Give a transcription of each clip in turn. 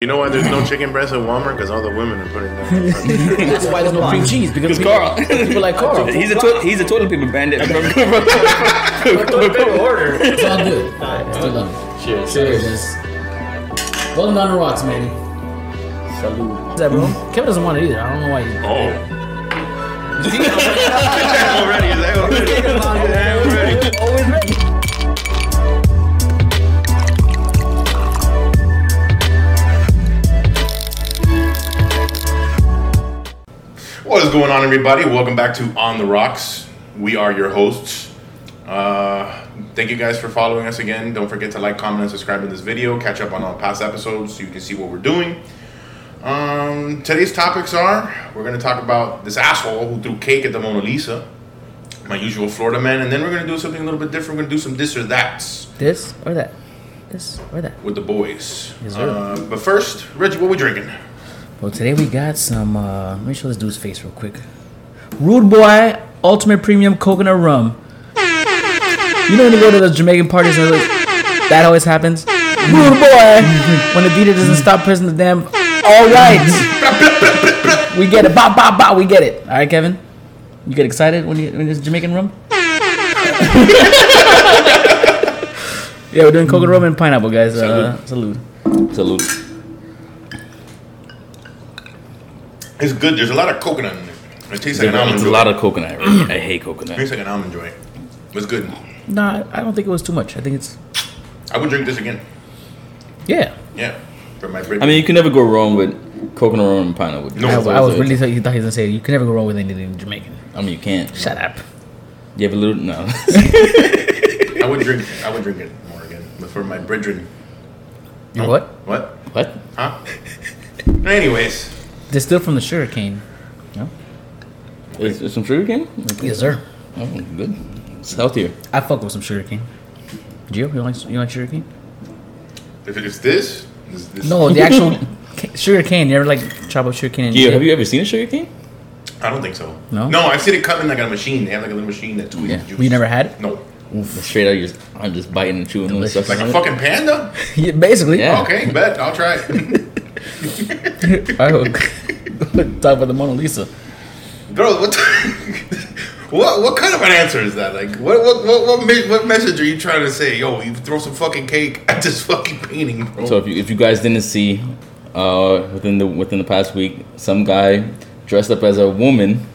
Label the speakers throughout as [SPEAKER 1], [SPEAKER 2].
[SPEAKER 1] You know why there's no chicken breast at Walmart? Because all the women are putting them.
[SPEAKER 2] That's why there's no cream cheese because
[SPEAKER 3] It's
[SPEAKER 2] people,
[SPEAKER 3] Carl.
[SPEAKER 2] people like Carl.
[SPEAKER 3] He's a to- he's a toilet paper bandit. order.
[SPEAKER 2] It's all good. It's still love. Cheers. Cheers. Welcome down the rocks, man. Salute. What's that, bro? Kevin doesn't want it either. I don't know why. He-
[SPEAKER 1] oh. already, is that already? What is going on, everybody? Welcome back to On the Rocks. We are your hosts. Uh, thank you guys for following us again. Don't forget to like, comment, and subscribe to this video. Catch up on all past episodes so you can see what we're doing. Um, today's topics are we're going to talk about this asshole who threw cake at the Mona Lisa, my usual Florida man, and then we're going to do something a little bit different. We're going to do some this or that's
[SPEAKER 2] This or that. This or that.
[SPEAKER 1] with the boys.
[SPEAKER 2] Yes, sir.
[SPEAKER 1] Uh, but first, Reggie, what we drinking?
[SPEAKER 2] Well, today we got some. Uh, let me show this dude's face real quick. Rude Boy Ultimate Premium Coconut Rum. You know when you go to those Jamaican parties, and those- that always happens. Rude Boy. When the DJ doesn't stop pressing the damn. All right. We get it. Bop bop bop. We get it. All right, Kevin. You get excited when you when it's Jamaican rum. yeah, we're doing coconut rum and pineapple, guys. Uh, salute.
[SPEAKER 3] Salute.
[SPEAKER 1] It's good. There's a lot of coconut in it. It tastes like an almond
[SPEAKER 3] It's a
[SPEAKER 1] joy.
[SPEAKER 3] lot of coconut. right? I hate
[SPEAKER 1] It
[SPEAKER 3] coconut.
[SPEAKER 1] tastes like an almond joy. It's good.
[SPEAKER 2] Nah, I don't think it was too much. I think it's
[SPEAKER 1] I would drink this again.
[SPEAKER 2] yeah.
[SPEAKER 1] Yeah, for my break.
[SPEAKER 3] I mean, you can never go wrong with coconut rum and pineapple.
[SPEAKER 1] No.
[SPEAKER 2] I,
[SPEAKER 1] That's
[SPEAKER 2] was-
[SPEAKER 1] what
[SPEAKER 2] I was really thought he thought he was gonna say you can never go wrong with anything Jamaican.
[SPEAKER 3] I mean, you can't.
[SPEAKER 2] Shut up.
[SPEAKER 3] You have a little. No.
[SPEAKER 1] I would drink. I would drink it more again. But for my brethren.
[SPEAKER 2] You what?
[SPEAKER 1] What?
[SPEAKER 3] what?
[SPEAKER 1] Huh? Anyways,
[SPEAKER 2] Distilled from the sugar cane.
[SPEAKER 3] Is, is some sugar cane?
[SPEAKER 2] Yes, sir.
[SPEAKER 3] Oh, good. It's healthier.
[SPEAKER 2] I fuck with some sugar cane. Gio, you like you like sugar cane?
[SPEAKER 1] if it's this, this, this
[SPEAKER 2] No, the actual ca- sugar cane. You ever like chop up sugar cane? And
[SPEAKER 3] Gio,
[SPEAKER 2] eat
[SPEAKER 3] have
[SPEAKER 2] it?
[SPEAKER 3] you ever seen a sugar cane?
[SPEAKER 1] I don't think so.
[SPEAKER 2] No?
[SPEAKER 1] No, I've seen it cut in like a machine. They have like a little machine that tweaks
[SPEAKER 3] Yeah.
[SPEAKER 1] the juice.
[SPEAKER 2] You never had it?
[SPEAKER 1] No.
[SPEAKER 3] Straight out, you're just, I'm just biting and chewing and
[SPEAKER 2] Delicious.
[SPEAKER 3] stuff.
[SPEAKER 1] Like a fucking panda?
[SPEAKER 2] Yeah, basically.
[SPEAKER 3] Yeah.
[SPEAKER 1] Okay, bet. I'll try it.
[SPEAKER 2] I would talk about the Mona Lisa.
[SPEAKER 1] Girl, what, the- what what kind of an answer is that? Like, what what what what, me- what message are you trying to say? Yo, you throw some fucking cake at this fucking painting, bro.
[SPEAKER 3] So if you, if you guys didn't see, uh, within the within the past week, some guy dressed up as a woman,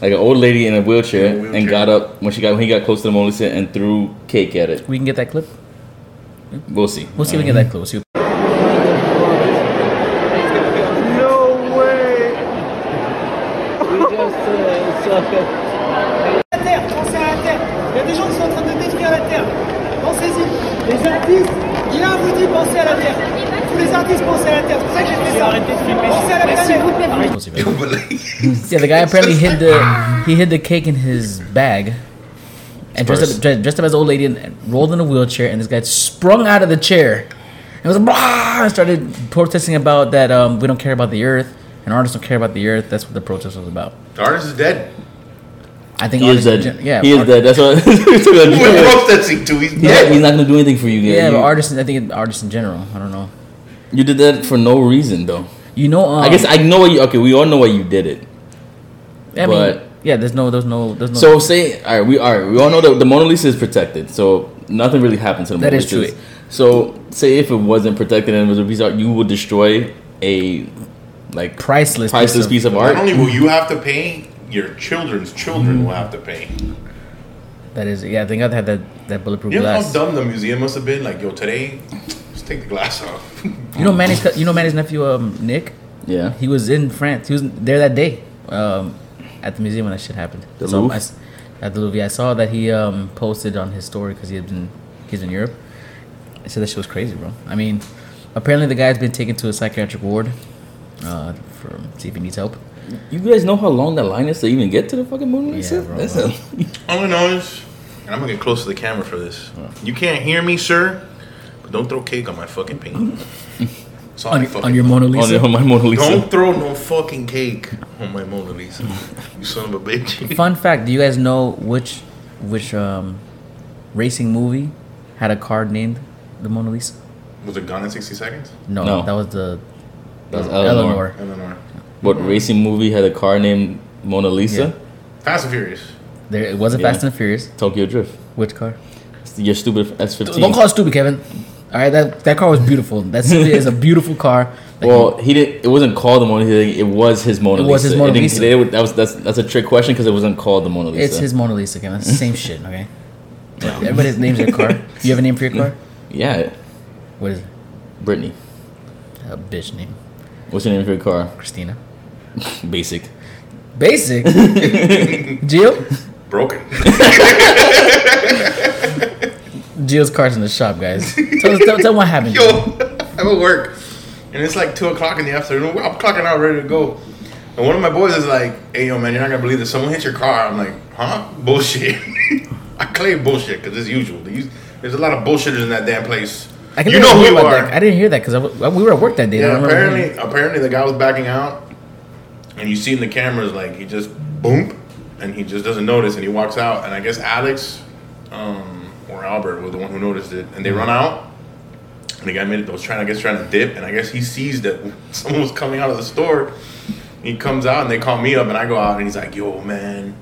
[SPEAKER 3] like an old lady in a wheelchair,
[SPEAKER 1] In a wheelchair.
[SPEAKER 3] and got up when she got when he got close to the Mona Lisa and threw cake at it.
[SPEAKER 2] We can get that clip.
[SPEAKER 3] We'll see.
[SPEAKER 2] We'll see if we can get that clip. We'll see.
[SPEAKER 4] à terre, pensez à la terre. Il y a des gens qui sont en train de détruire la terre. Pensez-y. Les artistes, Guillaume vous dit pensez à la terre. Tous les artistes pensez à la terre. C'est pour ça que j'ai fait ça. Pensez à la planète.
[SPEAKER 2] We'll see. if it-
[SPEAKER 1] But like,
[SPEAKER 2] Yeah, the guy apparently hid the he hid the cake in his bag. And dressed
[SPEAKER 3] Purse.
[SPEAKER 2] up, dressed dressed up as an old lady and, and rolled in a wheelchair, and this guy sprung out of the chair and was like, "Blah!" and started protesting about that um, we don't care about the earth and artists don't care about the earth. That's what the protest was about.
[SPEAKER 1] the artist is dead.
[SPEAKER 2] I think
[SPEAKER 3] He is
[SPEAKER 2] artists in
[SPEAKER 3] dead.
[SPEAKER 2] gen- Yeah,
[SPEAKER 3] he is
[SPEAKER 2] art-
[SPEAKER 3] dead. That's what.
[SPEAKER 1] We're protesting too. He's
[SPEAKER 3] yeah, he's
[SPEAKER 1] dead.
[SPEAKER 3] not gonna do anything for you.
[SPEAKER 2] Yeah,
[SPEAKER 3] you,
[SPEAKER 2] but artists. I think artists in general. I don't know.
[SPEAKER 3] you did that for no reason though.
[SPEAKER 2] You know, um,
[SPEAKER 3] I guess I know what you. Okay, we all know why you did it.
[SPEAKER 2] I mean,
[SPEAKER 3] but-
[SPEAKER 2] yeah. There's no. There's no. There's no.
[SPEAKER 3] So say, all right, we all right, we all know that the Mona Lisa is protected, so nothing really happened to the
[SPEAKER 2] That
[SPEAKER 3] Mona
[SPEAKER 2] is true.
[SPEAKER 3] Lisa. So say if it wasn't protected and it was a piece of art, you would destroy a like
[SPEAKER 2] priceless.
[SPEAKER 3] priceless piece of,
[SPEAKER 1] Not
[SPEAKER 3] art.
[SPEAKER 1] only will you have to pay, your children's children will have to pay.
[SPEAKER 2] That is. Yeah, I think I'd have that that bulletproof
[SPEAKER 1] You know
[SPEAKER 2] glass.
[SPEAKER 1] how dumb the museum must have been? Like, yo, today, just take the glass off.
[SPEAKER 2] You know Manny's you know Manny's nephew um, Nick.
[SPEAKER 3] Yeah.
[SPEAKER 2] He was in France. He was there that day um, at the museum when that shit happened.
[SPEAKER 3] The
[SPEAKER 2] So
[SPEAKER 3] Louvre?
[SPEAKER 2] I s- at the Louvre. Yeah, I saw that he um, posted on his story because he had been he's in Europe. I said that shit was crazy, bro. I mean, apparently the guy's been taken to a psychiatric ward uh, for see if he needs help.
[SPEAKER 3] You guys know how long that line is to even get to the fucking Mona Lisa?
[SPEAKER 2] bro.
[SPEAKER 3] That's a,
[SPEAKER 1] All I know is, and I'm gonna get close to the camera for this. You can't hear me, sir, but don't throw cake on my fucking painting. That's all I
[SPEAKER 2] On,
[SPEAKER 1] fucking
[SPEAKER 2] on your Mona
[SPEAKER 3] on,
[SPEAKER 2] Lisa.
[SPEAKER 3] the- on my Mona Lisa.
[SPEAKER 1] Don't throw no fucking cake on my Mona Lisa. You son of a bitch.
[SPEAKER 2] Fun fact: Do you guys know which which um, racing movie had a car named the Mona Lisa?
[SPEAKER 1] Was it gone in 60 seconds?
[SPEAKER 2] No,
[SPEAKER 3] No.
[SPEAKER 2] that was the
[SPEAKER 3] That's
[SPEAKER 1] No.
[SPEAKER 3] Eleanor.
[SPEAKER 2] Eleanor.
[SPEAKER 1] Eleanor.
[SPEAKER 3] What racing movie had a car named Mona Lisa?
[SPEAKER 1] Fast and Furious.
[SPEAKER 2] There, it wasn't
[SPEAKER 3] Yeah.
[SPEAKER 2] Fast and Furious.
[SPEAKER 3] Tokyo Drift.
[SPEAKER 2] Which car?
[SPEAKER 3] It's your stupid S fifteen.
[SPEAKER 2] Don't call it stupid, Kevin. All right, that that car was beautiful. That Civic is a beautiful car. Like,
[SPEAKER 3] Well, he didn't. It wasn't called the Mona Lisa. It was his Mona
[SPEAKER 2] It
[SPEAKER 3] Lisa.
[SPEAKER 2] was his Mona
[SPEAKER 3] didn't-
[SPEAKER 2] Lisa.
[SPEAKER 3] they would- that was that's that's a trick question because it wasn't called the Mona Lisa.
[SPEAKER 2] it's his Mona Lisa, Kevin. It's the same shit. Okay. Everybody's names their car. You have a name for your car?
[SPEAKER 3] Yeah,
[SPEAKER 2] What is it?
[SPEAKER 3] Brittany.
[SPEAKER 2] A bitch name,
[SPEAKER 3] What's your name for your car?
[SPEAKER 2] Christina.
[SPEAKER 3] Basic.
[SPEAKER 2] Basic. Gio.
[SPEAKER 1] Broken.
[SPEAKER 2] Gio's car's in the shop, guys. Tell us, tell, tell them what happened. Gio.
[SPEAKER 1] Yo, I'm at work, and it's like two o'clock in the afternoon. I'm clocking out, ready to go. And one of my boys is like, "Hey, yo, man, you're not gonna believe this. Someone hit your car." I'm like, "Huh? Bullshit." I claim bullshit because it's usual. They use- There's a lot of bullshitters in that damn place.
[SPEAKER 2] I
[SPEAKER 1] You know who you
[SPEAKER 2] about
[SPEAKER 1] are.
[SPEAKER 2] That. I didn't hear that because we were at work that day. I
[SPEAKER 1] Yeah,
[SPEAKER 2] don't remember hearing
[SPEAKER 1] apparently, apparently the guy was backing out, and you see in the cameras like he just boom, and he just doesn't notice, and he walks out, and I guess Alex um, or Albert was the one who noticed it, and they
[SPEAKER 2] Mm-hmm.
[SPEAKER 1] run out, and the guy made was trying, I guess, trying to dip, and I guess he sees that someone was coming out of the store. He comes out and they call me up, and I go out, and he's like, "Yo, man."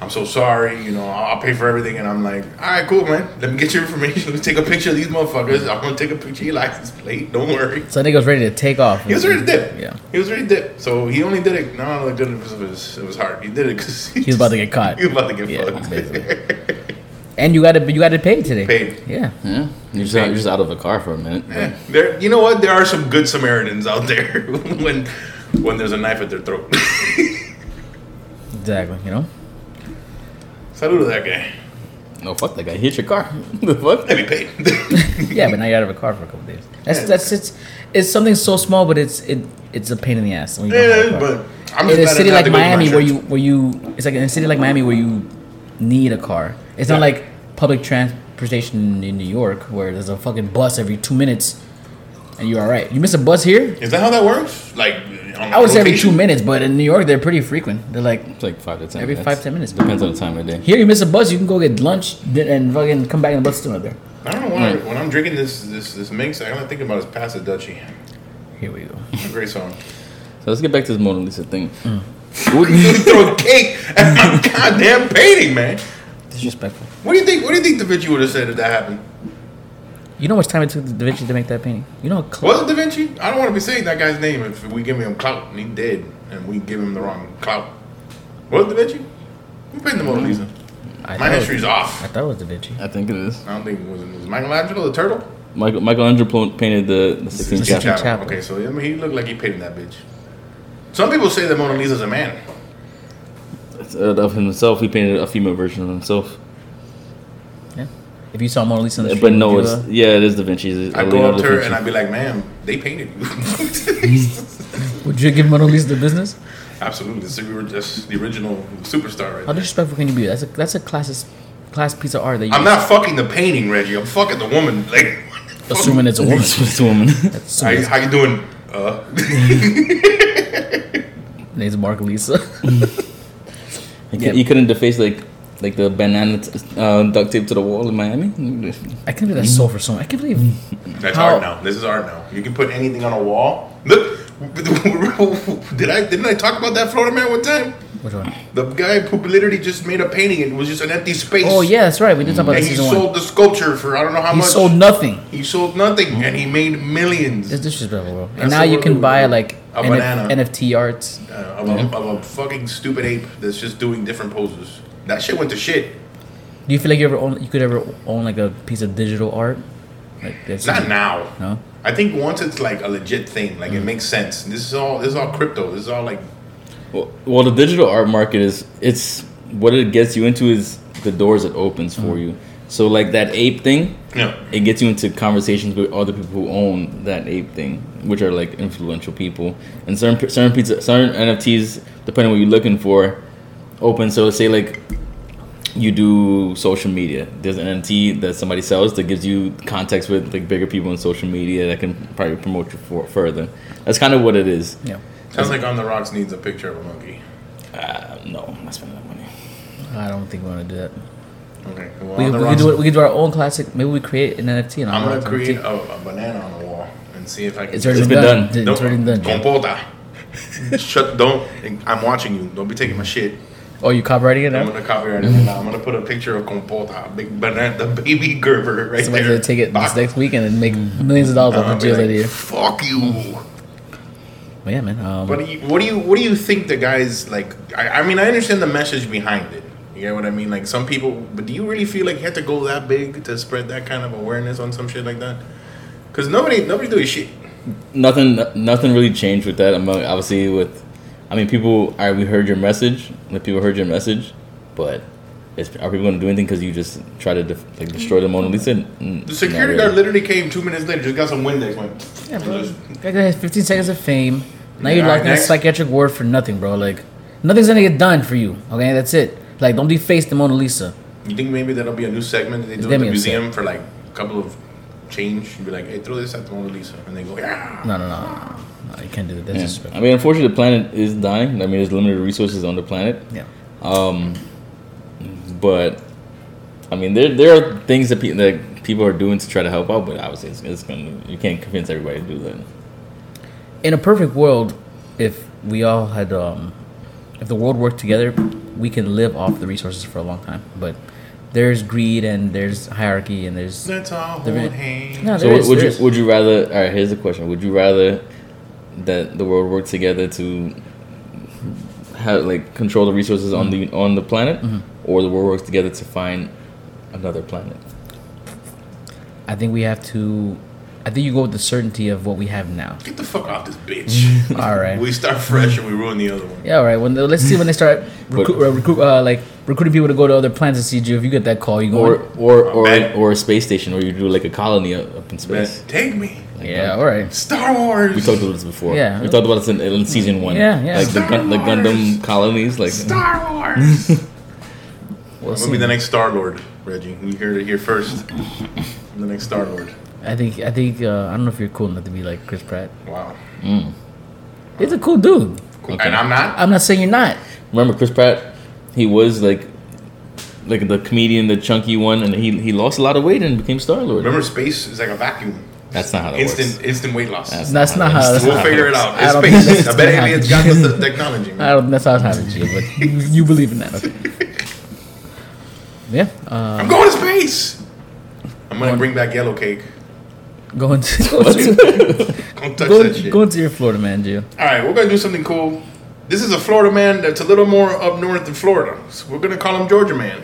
[SPEAKER 1] I'm so sorry, you know, I'll I'll pay for everything. And I'm like, all right, cool, man. Let me get your information. Let me take a picture of these motherfuckers. I'm going to take a picture of your license plate. Don't worry.
[SPEAKER 2] So that nigga was ready to take off.
[SPEAKER 1] He was ready to dip.
[SPEAKER 2] Yeah.
[SPEAKER 1] He was ready to dip. So he only did it not only did it because of his it was hard. He did it because he,
[SPEAKER 2] He was about to get caught.
[SPEAKER 1] He was about to get
[SPEAKER 2] Yeah,
[SPEAKER 1] fucked.
[SPEAKER 2] basically. And you got to you got to pay today.
[SPEAKER 1] Paid.
[SPEAKER 2] Yeah.
[SPEAKER 3] Yeah, you're just, out, you're just out of the car for a minute.
[SPEAKER 1] Eh, There, you know what? There are some good Samaritans out there when when there's a knife at their throat.
[SPEAKER 2] Exactly. You know.
[SPEAKER 1] Salute to that guy.
[SPEAKER 3] No, fuck that guy. He hit your car. the fuck?
[SPEAKER 1] Let me pay.
[SPEAKER 2] Yeah, but now you're out of a car for a couple days. That's that's it's it's something so small, but it's it it's a pain in the ass. When you don't have a
[SPEAKER 1] yeah,
[SPEAKER 2] car.
[SPEAKER 1] but I'm
[SPEAKER 2] in
[SPEAKER 1] glad
[SPEAKER 2] a
[SPEAKER 1] I
[SPEAKER 2] city
[SPEAKER 1] didn't have
[SPEAKER 2] like
[SPEAKER 1] to go to my
[SPEAKER 2] Miami, where
[SPEAKER 1] church.
[SPEAKER 2] you where you it's like in a city like Miami where you need a car. It's
[SPEAKER 1] Yeah.
[SPEAKER 2] not like public transportation in New York where there's a fucking bus every two minutes, and you're all right. You miss a bus here.
[SPEAKER 1] is that how that works? Like on
[SPEAKER 2] I would say every two
[SPEAKER 1] rotation?
[SPEAKER 2] minutes, but in New York they're pretty frequent. They're like
[SPEAKER 3] It's like five to ten.
[SPEAKER 2] Every
[SPEAKER 3] minutes.
[SPEAKER 2] five, 10 minutes.
[SPEAKER 3] Depends on the time of day.
[SPEAKER 2] Here, you miss a bus, you can go get lunch di- and fucking come back and the bus is still not there.
[SPEAKER 1] I don't know why.
[SPEAKER 2] Mm.
[SPEAKER 3] Right.
[SPEAKER 1] When I'm drinking this this this mix, all I'm thinking about is Pass the Dutchie.
[SPEAKER 2] Here we go.
[SPEAKER 1] It's a great song.
[SPEAKER 3] So let's get back to this Mona Lisa thing.
[SPEAKER 2] Mm.
[SPEAKER 1] you throw cake at my goddamn painting, man.
[SPEAKER 2] Disrespectful.
[SPEAKER 1] What do you think? What do you think Da Vinci would have said if that happened?
[SPEAKER 2] You know how much time it took Da Vinci to make that painting? You know how close?
[SPEAKER 1] Was it Da Vinci? I don't want to be saying that guy's name if we give him clout and he dead and we give him the wrong clout. Was it Da Vinci? Who painted the Mona Lisa? My
[SPEAKER 2] I thought it was-
[SPEAKER 1] history's off.
[SPEAKER 2] I thought it was Da Vinci.
[SPEAKER 3] I think it is.
[SPEAKER 1] I don't think it was, was it Michelangelo the turtle.
[SPEAKER 3] Michael Michelangelo painted the the Sixteen
[SPEAKER 2] Sistine
[SPEAKER 3] Chapel.
[SPEAKER 2] Chapel.
[SPEAKER 1] Okay, so I mean, he looked like he painted that bitch. Some people say that Mona Lisa's a man.
[SPEAKER 3] Uh, of himself, he painted a female version of himself.
[SPEAKER 2] Yeah. If you saw Mona Lisa in the street,
[SPEAKER 3] But no,
[SPEAKER 2] would you,
[SPEAKER 3] it's
[SPEAKER 2] uh,
[SPEAKER 3] yeah, it is Da Vinci's.
[SPEAKER 1] I go
[SPEAKER 3] Leonardo
[SPEAKER 1] up to
[SPEAKER 3] da
[SPEAKER 1] her
[SPEAKER 3] Vinci.
[SPEAKER 1] and I'd be like, "Ma'am, they painted you."
[SPEAKER 2] uh, would you give Mona Lisa the business?
[SPEAKER 1] Absolutely, so we were just the original superstar, right?
[SPEAKER 2] How
[SPEAKER 1] there.
[SPEAKER 2] disrespectful can you be? That's a that's a class class piece of art that you
[SPEAKER 1] I'm not fucking the painting, Reggie. I'm fucking the woman. Like,
[SPEAKER 2] assuming it's a woman.
[SPEAKER 3] It's a woman.
[SPEAKER 1] how,
[SPEAKER 2] Assuming
[SPEAKER 1] you- how you doing? Uh,
[SPEAKER 2] it's- name's Mark Lisa.
[SPEAKER 3] You
[SPEAKER 2] Yeah.
[SPEAKER 3] cou- you couldn't deface like like the banana t- uh, duct tape to the wall in Miami.
[SPEAKER 2] I can't believe that sold for so much. I can't believe
[SPEAKER 1] That's
[SPEAKER 2] How-
[SPEAKER 1] art now. This is art now. You can put anything on a wall. Look, did I didn't I talk about that Florida man one time?
[SPEAKER 2] which one?
[SPEAKER 1] The guy who literally just made a painting and it was just an empty space.
[SPEAKER 2] Oh yeah, that's right. We did talk about
[SPEAKER 1] and
[SPEAKER 2] that
[SPEAKER 1] he
[SPEAKER 2] season
[SPEAKER 1] sold
[SPEAKER 2] one.
[SPEAKER 1] the sculpture for I don't know how
[SPEAKER 2] He
[SPEAKER 1] much.
[SPEAKER 2] sold nothing.
[SPEAKER 1] he sold nothing, and he made millions
[SPEAKER 2] It's disrespectful, bro.
[SPEAKER 1] That's
[SPEAKER 2] And now
[SPEAKER 1] the
[SPEAKER 2] you
[SPEAKER 1] word we
[SPEAKER 2] can buy
[SPEAKER 1] would-
[SPEAKER 2] like
[SPEAKER 1] a
[SPEAKER 2] NF
[SPEAKER 1] banana.
[SPEAKER 2] NFT arts.
[SPEAKER 1] uh, of, a, of a fucking stupid ape that's just doing different poses. That shit went to shit.
[SPEAKER 2] Do you feel like you ever own you could ever own like a piece of digital art? Like that's
[SPEAKER 1] Not now.
[SPEAKER 2] No?
[SPEAKER 1] I think once it's like a legit thing, like
[SPEAKER 2] Mm.
[SPEAKER 1] it makes sense. This is all. This is all crypto. This is all like
[SPEAKER 3] Well, well, the digital art market is it's what it gets you into is the doors it opens for you. So like that ape thing,
[SPEAKER 1] you know,
[SPEAKER 3] it gets you into conversations with other people who own that ape thing, which are like influential people. And certain certain pizza, certain NFTs, depending on what you're looking for, open. So say like you do social media. There's an NFT that somebody sells that gives you contacts with like bigger people in social media that can probably promote you for, further. That's kind of what it is.
[SPEAKER 2] Yeah.
[SPEAKER 1] sounds like on the rocks needs a picture of a monkey.
[SPEAKER 3] Uh, no, I'm not spending that money.
[SPEAKER 2] I don't think we want to do that.
[SPEAKER 1] Okay. Well,
[SPEAKER 2] We,
[SPEAKER 1] on the
[SPEAKER 2] we,
[SPEAKER 1] rocks,
[SPEAKER 2] could do, it- we could do our own classic. Maybe we create an NFT and
[SPEAKER 1] I'm
[SPEAKER 2] I'll
[SPEAKER 1] gonna
[SPEAKER 2] write an
[SPEAKER 1] create
[SPEAKER 2] NFT.
[SPEAKER 1] a, a banana on the wall, and and see if I can.
[SPEAKER 2] It's already
[SPEAKER 3] It's
[SPEAKER 2] been
[SPEAKER 3] been
[SPEAKER 2] done.
[SPEAKER 3] done.
[SPEAKER 2] It's already done. Jay.
[SPEAKER 1] Compota. Shut. Don't. I'm watching you. Don't be taking my shit.
[SPEAKER 2] Oh, you copywriting it
[SPEAKER 1] I'm
[SPEAKER 2] now?
[SPEAKER 1] gonna copyright it right now. I'm gonna put a picture of Compota, big banana, the baby Gerber, right
[SPEAKER 2] Somebody's
[SPEAKER 1] there.
[SPEAKER 2] gonna take it this
[SPEAKER 1] Back.
[SPEAKER 2] next weekend and make millions of dollars
[SPEAKER 1] And
[SPEAKER 2] off
[SPEAKER 1] I'll
[SPEAKER 2] of
[SPEAKER 1] be
[SPEAKER 2] Jay's
[SPEAKER 1] like,
[SPEAKER 2] idea.
[SPEAKER 1] Fuck you.
[SPEAKER 2] But yeah, man. Um,
[SPEAKER 1] What do you what do you what do you think the guys like? I, I mean, I understand the message behind it. You get what I mean? Like some people, but do you really feel like you had to go that big to spread that kind of awareness on some shit like that? Because nobody nobody doing shit.
[SPEAKER 3] nothing nothing really changed with that among obviously with i mean people are we heard your message like people heard your message but is, are people going to do anything because you just try to def, like destroy the mona lisa Mm,
[SPEAKER 1] The security
[SPEAKER 3] not
[SPEAKER 1] guard
[SPEAKER 3] really.
[SPEAKER 1] literally came two minutes later, just got some Windex, went.
[SPEAKER 2] yeah,
[SPEAKER 1] and
[SPEAKER 2] bro.
[SPEAKER 1] just-
[SPEAKER 2] That guy has 15 seconds of fame. Now you're
[SPEAKER 1] All right,
[SPEAKER 2] locked in a
[SPEAKER 1] next.
[SPEAKER 2] psychiatric ward for nothing, bro. Like, nothing's gonna get done for you. Okay, that's it. Like, don't deface the Mona Lisa.
[SPEAKER 1] You think maybe that'll be a new segment that they do
[SPEAKER 2] Let
[SPEAKER 1] at
[SPEAKER 2] me
[SPEAKER 1] the
[SPEAKER 2] upset.
[SPEAKER 1] museum for like a couple of change? You'd be like, hey, throw this at the Mona Lisa, and they go, yeah.
[SPEAKER 2] No, no, no. no. no you can't do that. That's
[SPEAKER 3] yeah. i
[SPEAKER 2] disrespectful.
[SPEAKER 3] mean unfortunately the planet is dying i mean there's limited resources on the planet
[SPEAKER 2] Yeah.
[SPEAKER 3] but i mean there there are things that, pe- that people are doing to try to help out but obviously it's, it's going to you can't convince everybody to do that
[SPEAKER 2] in a perfect world, if we all had, um, if the world worked together, we can live off the resources for a long time. But there's greed and there's hierarchy and there's no.
[SPEAKER 1] Let's all hold
[SPEAKER 2] There is-
[SPEAKER 1] hands.
[SPEAKER 2] There
[SPEAKER 3] So
[SPEAKER 2] is,
[SPEAKER 3] would
[SPEAKER 2] there
[SPEAKER 3] you
[SPEAKER 2] is.
[SPEAKER 3] would you rather? All right, here's the question: Would you rather that the world work together to have like control the resources on
[SPEAKER 2] Mm-hmm.
[SPEAKER 3] the on the planet, or the world works together to find another planet?
[SPEAKER 2] I think we have to. I think you go with the certainty of what we have now.
[SPEAKER 1] Get the fuck off this bitch.
[SPEAKER 2] All right.
[SPEAKER 1] we start fresh and we ruin the other one.
[SPEAKER 2] yeah. All right. When the, let's see when they start recruit, uh, recruit uh, like recruiting people to go to other planets to see you. If you get that call, you go.
[SPEAKER 3] Or or or,
[SPEAKER 1] Oh, man.
[SPEAKER 3] or a space station where you do like a colony up up in
[SPEAKER 1] Man,
[SPEAKER 3] space?
[SPEAKER 1] take me.
[SPEAKER 2] yeah. All right.
[SPEAKER 1] Star Wars.
[SPEAKER 3] We talked about this before.
[SPEAKER 2] Yeah.
[SPEAKER 3] we talked about this in, in season one.
[SPEAKER 2] Yeah, yeah.
[SPEAKER 3] Like the, gun, the Gundam colonies, like
[SPEAKER 1] Star Wars.
[SPEAKER 2] We'll
[SPEAKER 1] We'll be
[SPEAKER 2] see.
[SPEAKER 1] the next Star Lord, Reggie. You heard it here first. the next Star Lord.
[SPEAKER 2] I think. I think. Uh, I don't know if you're cool enough to be like Chris Pratt.
[SPEAKER 1] Wow.
[SPEAKER 2] He's a cool dude.
[SPEAKER 1] Cool.
[SPEAKER 3] Okay.
[SPEAKER 1] And I'm not.
[SPEAKER 2] I'm not saying you're not.
[SPEAKER 3] Remember Chris Pratt? He was like like the comedian, the chunky one, and he he lost a lot of weight and became Star Lord.
[SPEAKER 1] Remember, space is like a vacuum.
[SPEAKER 3] That's not how that
[SPEAKER 1] instant,
[SPEAKER 3] works.
[SPEAKER 1] instant weight loss.
[SPEAKER 3] That's
[SPEAKER 2] That's not how. That's
[SPEAKER 1] we'll
[SPEAKER 2] not
[SPEAKER 1] figure
[SPEAKER 2] how
[SPEAKER 1] it out.
[SPEAKER 2] I
[SPEAKER 1] It's
[SPEAKER 2] don't think
[SPEAKER 1] space.
[SPEAKER 2] that's
[SPEAKER 1] I bet
[SPEAKER 2] gonna
[SPEAKER 1] aliens got us the technology, man.
[SPEAKER 2] I don't. That's not happening to you, but you believe in that. Okay. Yeah. Uh,
[SPEAKER 1] I'm going to space. I'm gonna bring back yellow cake.
[SPEAKER 2] go into go into,
[SPEAKER 1] Don't touch
[SPEAKER 2] go,
[SPEAKER 1] that shit.
[SPEAKER 2] go into your Florida man, Gio.
[SPEAKER 1] All right, we're gonna do something cool. This is a Florida man that's a little more up north than Florida. So we're gonna call him Georgia man.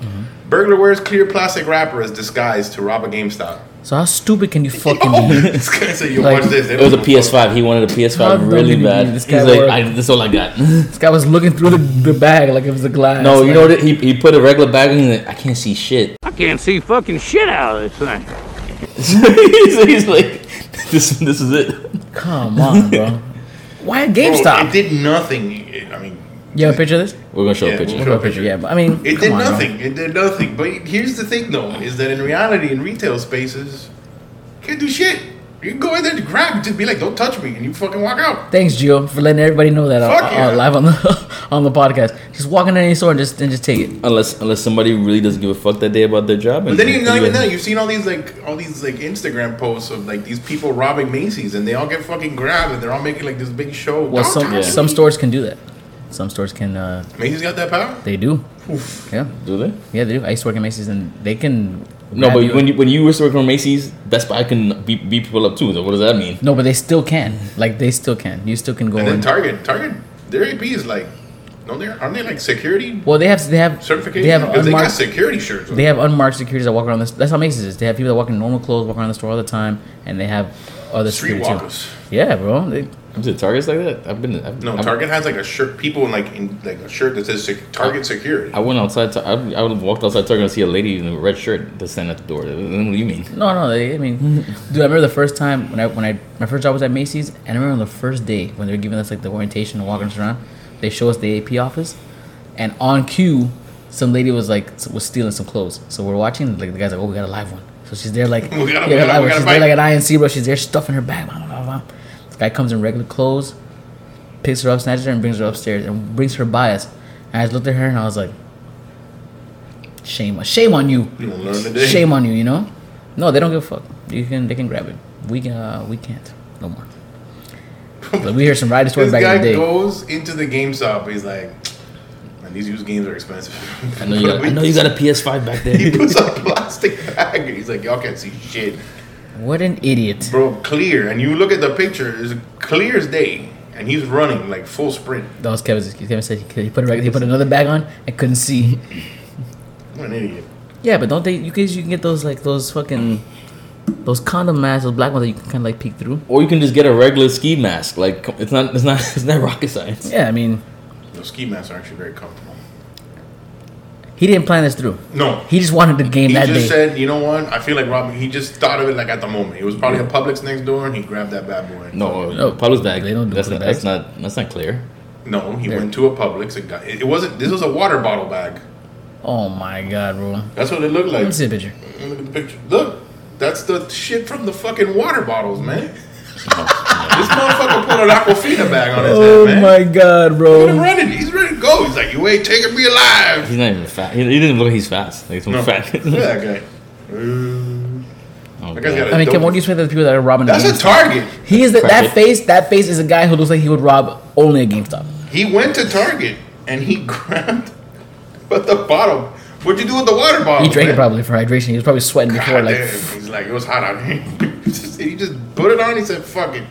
[SPEAKER 3] Mm-hmm.
[SPEAKER 1] Burglar wears clear plastic wrapper as disguise to rob a GameStop.
[SPEAKER 2] So how stupid can you fucking
[SPEAKER 1] Oh,
[SPEAKER 2] be?
[SPEAKER 1] this guy said, "You
[SPEAKER 2] Like,
[SPEAKER 1] watch this." They
[SPEAKER 3] It was a
[SPEAKER 1] don't give fuck.
[SPEAKER 3] PS5. He wanted a
[SPEAKER 2] How dumb
[SPEAKER 3] PS5 really
[SPEAKER 2] did he
[SPEAKER 3] bad.
[SPEAKER 2] be? This
[SPEAKER 3] He's
[SPEAKER 2] guy
[SPEAKER 3] like,
[SPEAKER 2] worked.
[SPEAKER 3] I, that's all I got.
[SPEAKER 2] This guy was looking through the, the bag like it was a glass.
[SPEAKER 3] no, you
[SPEAKER 2] like,
[SPEAKER 3] know what? He, he put a regular bag in it. I can't see shit.
[SPEAKER 5] I can't see fucking shit out of this thing.
[SPEAKER 3] so he's like, this this is it.
[SPEAKER 2] Come on, bro. Why at
[SPEAKER 1] Bro,
[SPEAKER 2] GameStop?
[SPEAKER 1] Oh, It did nothing. It- I mean,
[SPEAKER 2] you have a picture of this?
[SPEAKER 3] We're gonna show
[SPEAKER 1] Yeah,
[SPEAKER 3] a picture.
[SPEAKER 1] we'll
[SPEAKER 2] What about a picture? Yeah, but I mean,
[SPEAKER 1] it
[SPEAKER 2] come
[SPEAKER 1] did
[SPEAKER 2] on, bro.
[SPEAKER 1] nothing. It did nothing. But here's the thing, though, is that in reality, in retail spaces, you can't do shit. You can go in there and grab, just be like, "Don't touch me," and you fucking walk out.
[SPEAKER 2] Thanks, Gio, for letting everybody know that
[SPEAKER 1] Fuck
[SPEAKER 2] uh,
[SPEAKER 1] yeah.
[SPEAKER 2] uh, live on the on the podcast. Just walk into any store and just and just take it.
[SPEAKER 3] Unless unless somebody really doesn't give a fuck that day about their job.
[SPEAKER 1] But
[SPEAKER 3] and-
[SPEAKER 1] then you not even
[SPEAKER 3] yeah.
[SPEAKER 1] that. You've seen all these like all these like Instagram posts of like these people robbing Macy's, and they all get fucking grabbed, and they're all making like this big show.
[SPEAKER 2] Well,
[SPEAKER 1] Don't
[SPEAKER 2] some
[SPEAKER 1] touch me.
[SPEAKER 2] some stores can do that. Some stores can. Uh,
[SPEAKER 1] Macy's got that power.
[SPEAKER 2] they do. Yeah.
[SPEAKER 3] Do they?
[SPEAKER 2] Yeah, they do. I used to work at Macy's, and they can.
[SPEAKER 3] No,
[SPEAKER 2] grab
[SPEAKER 3] but when you when you were working on Macy's, Best Buy can beat, beat people up too. So what does that mean?
[SPEAKER 2] no, but they still can. Like they still can. You still can go
[SPEAKER 1] And then
[SPEAKER 2] in.
[SPEAKER 1] Target, Target, their AP is like, don't they? Aren't they like security
[SPEAKER 2] well, they have they have
[SPEAKER 1] certification?
[SPEAKER 2] They have
[SPEAKER 1] 'Cause they got
[SPEAKER 2] unmarked.
[SPEAKER 1] security shirts. on.
[SPEAKER 2] They have unmarked securities that walk around this. That's how Macy's is. They have people that walk in normal clothes, walk around the store all the time, and they have other security too.
[SPEAKER 1] Streetwalkers.
[SPEAKER 2] Yeah, bro. They,
[SPEAKER 3] Is it Targets like that? I've been. I've,
[SPEAKER 1] No,
[SPEAKER 3] I've-
[SPEAKER 1] Target has like a shirt. People in like in like a shirt that says sec- Target Security.
[SPEAKER 3] I went outside. To, I, I would have walked outside Target and see a lady in a red shirt to stand at the door. What do you mean?
[SPEAKER 2] No, no. They, I mean, dude, I remember the first time when I when I my first job was at Macy's, and I remember on the first day when they were giving us like the orientation and walking us around, they show us the AP office, and on cue, some lady was like s- was stealing some clothes. So we're watching, like the guy's like, "Oh, we got a live one." So she's there like,
[SPEAKER 1] We got a- we
[SPEAKER 2] yeah,
[SPEAKER 1] got a-
[SPEAKER 2] live
[SPEAKER 1] we got
[SPEAKER 2] one.
[SPEAKER 1] a
[SPEAKER 2] She's there
[SPEAKER 1] bite.
[SPEAKER 2] like an INC, bro. She's there stuffing her bag. Blah, blah, blah, blah. This guy comes in regular clothes, picks her up, snatches her, and brings her upstairs, and brings her by us. And I just looked at her and I was like, "Shame, on- shame on you."
[SPEAKER 1] You gonna learn today.
[SPEAKER 2] Shame on you, you know? No, they don't give a fuck. You can they can grab it. We uh, we can't no more. But we hear some riders stories
[SPEAKER 1] This
[SPEAKER 2] back
[SPEAKER 1] guy
[SPEAKER 2] in the day.
[SPEAKER 1] goes into the GameStop. He's like, man, these used games are expensive.
[SPEAKER 3] I know you. Got, I know you got a PS5 back
[SPEAKER 1] he
[SPEAKER 3] there.
[SPEAKER 1] puts a plastic bag. and He's like, y'all can't see shit,
[SPEAKER 2] What an idiot!
[SPEAKER 1] bro. Clear. And you look at the picture. It's clear as day. And he's running like full sprint.
[SPEAKER 2] That was Kevin's. Kevin said he, he put a, reg- he put another bag on and couldn't see.
[SPEAKER 1] What an idiot.
[SPEAKER 2] Yeah, but don't they? You guys, you can get those like those fucking those condom masks, those black ones that you can kind of like peek through.
[SPEAKER 3] or you can just get a regular ski mask. Like co- it's not. It's not. It's not rocket science.
[SPEAKER 2] Yeah, I mean,
[SPEAKER 1] Those ski masks are actually very comfortable.
[SPEAKER 2] he didn't plan this through.
[SPEAKER 1] No.
[SPEAKER 2] He just wanted the game
[SPEAKER 1] He
[SPEAKER 2] that
[SPEAKER 1] just
[SPEAKER 2] day.
[SPEAKER 1] said, you know what? I feel like Robin. He just thought of it like at the moment. It was probably a Publix next door, and he grabbed that bad boy.
[SPEAKER 3] No,
[SPEAKER 2] No,
[SPEAKER 3] no, Pablo's bag.
[SPEAKER 2] they don't do
[SPEAKER 3] that's,
[SPEAKER 2] the
[SPEAKER 3] not, that's not. That's not clear.
[SPEAKER 1] No, he went to a Publix and got. It, it wasn't. This was a water bottle bag.
[SPEAKER 2] oh my god, bro!
[SPEAKER 1] That's what it looked like.
[SPEAKER 2] Let me see the picture.
[SPEAKER 1] Look at the picture. Look, that's the shit from the fucking water bottles, man. this motherfucker put an Aquafina bag on his
[SPEAKER 2] Oh
[SPEAKER 1] head, man.
[SPEAKER 2] god,
[SPEAKER 1] Look at him running. He's ready to go. He's like, you ain't taking me alive.
[SPEAKER 3] He's not even fat. He, he doesn't look like he's fast. Like some
[SPEAKER 1] No.
[SPEAKER 3] fat.
[SPEAKER 1] Look at that guy. Ooh.
[SPEAKER 3] Oh,
[SPEAKER 1] That guy's
[SPEAKER 3] God.
[SPEAKER 1] got a
[SPEAKER 2] I mean, Kevin,
[SPEAKER 1] dope-
[SPEAKER 2] what do you expect of the people that are robbing? the
[SPEAKER 1] That's a
[SPEAKER 2] GameStop?
[SPEAKER 1] Target.
[SPEAKER 2] He is the, that
[SPEAKER 3] Target.
[SPEAKER 2] face. That face is a guy who looks like he would rob only a GameStop.
[SPEAKER 1] He went to Target and he grabbed but the bottle. What'd you do with the water bottle?
[SPEAKER 2] He drank it
[SPEAKER 1] Oh, man?
[SPEAKER 2] probably for hydration. He was probably sweating before,
[SPEAKER 1] God
[SPEAKER 2] like
[SPEAKER 1] damn. He's like, it was hot out here. he just put it on. He said, fuck it.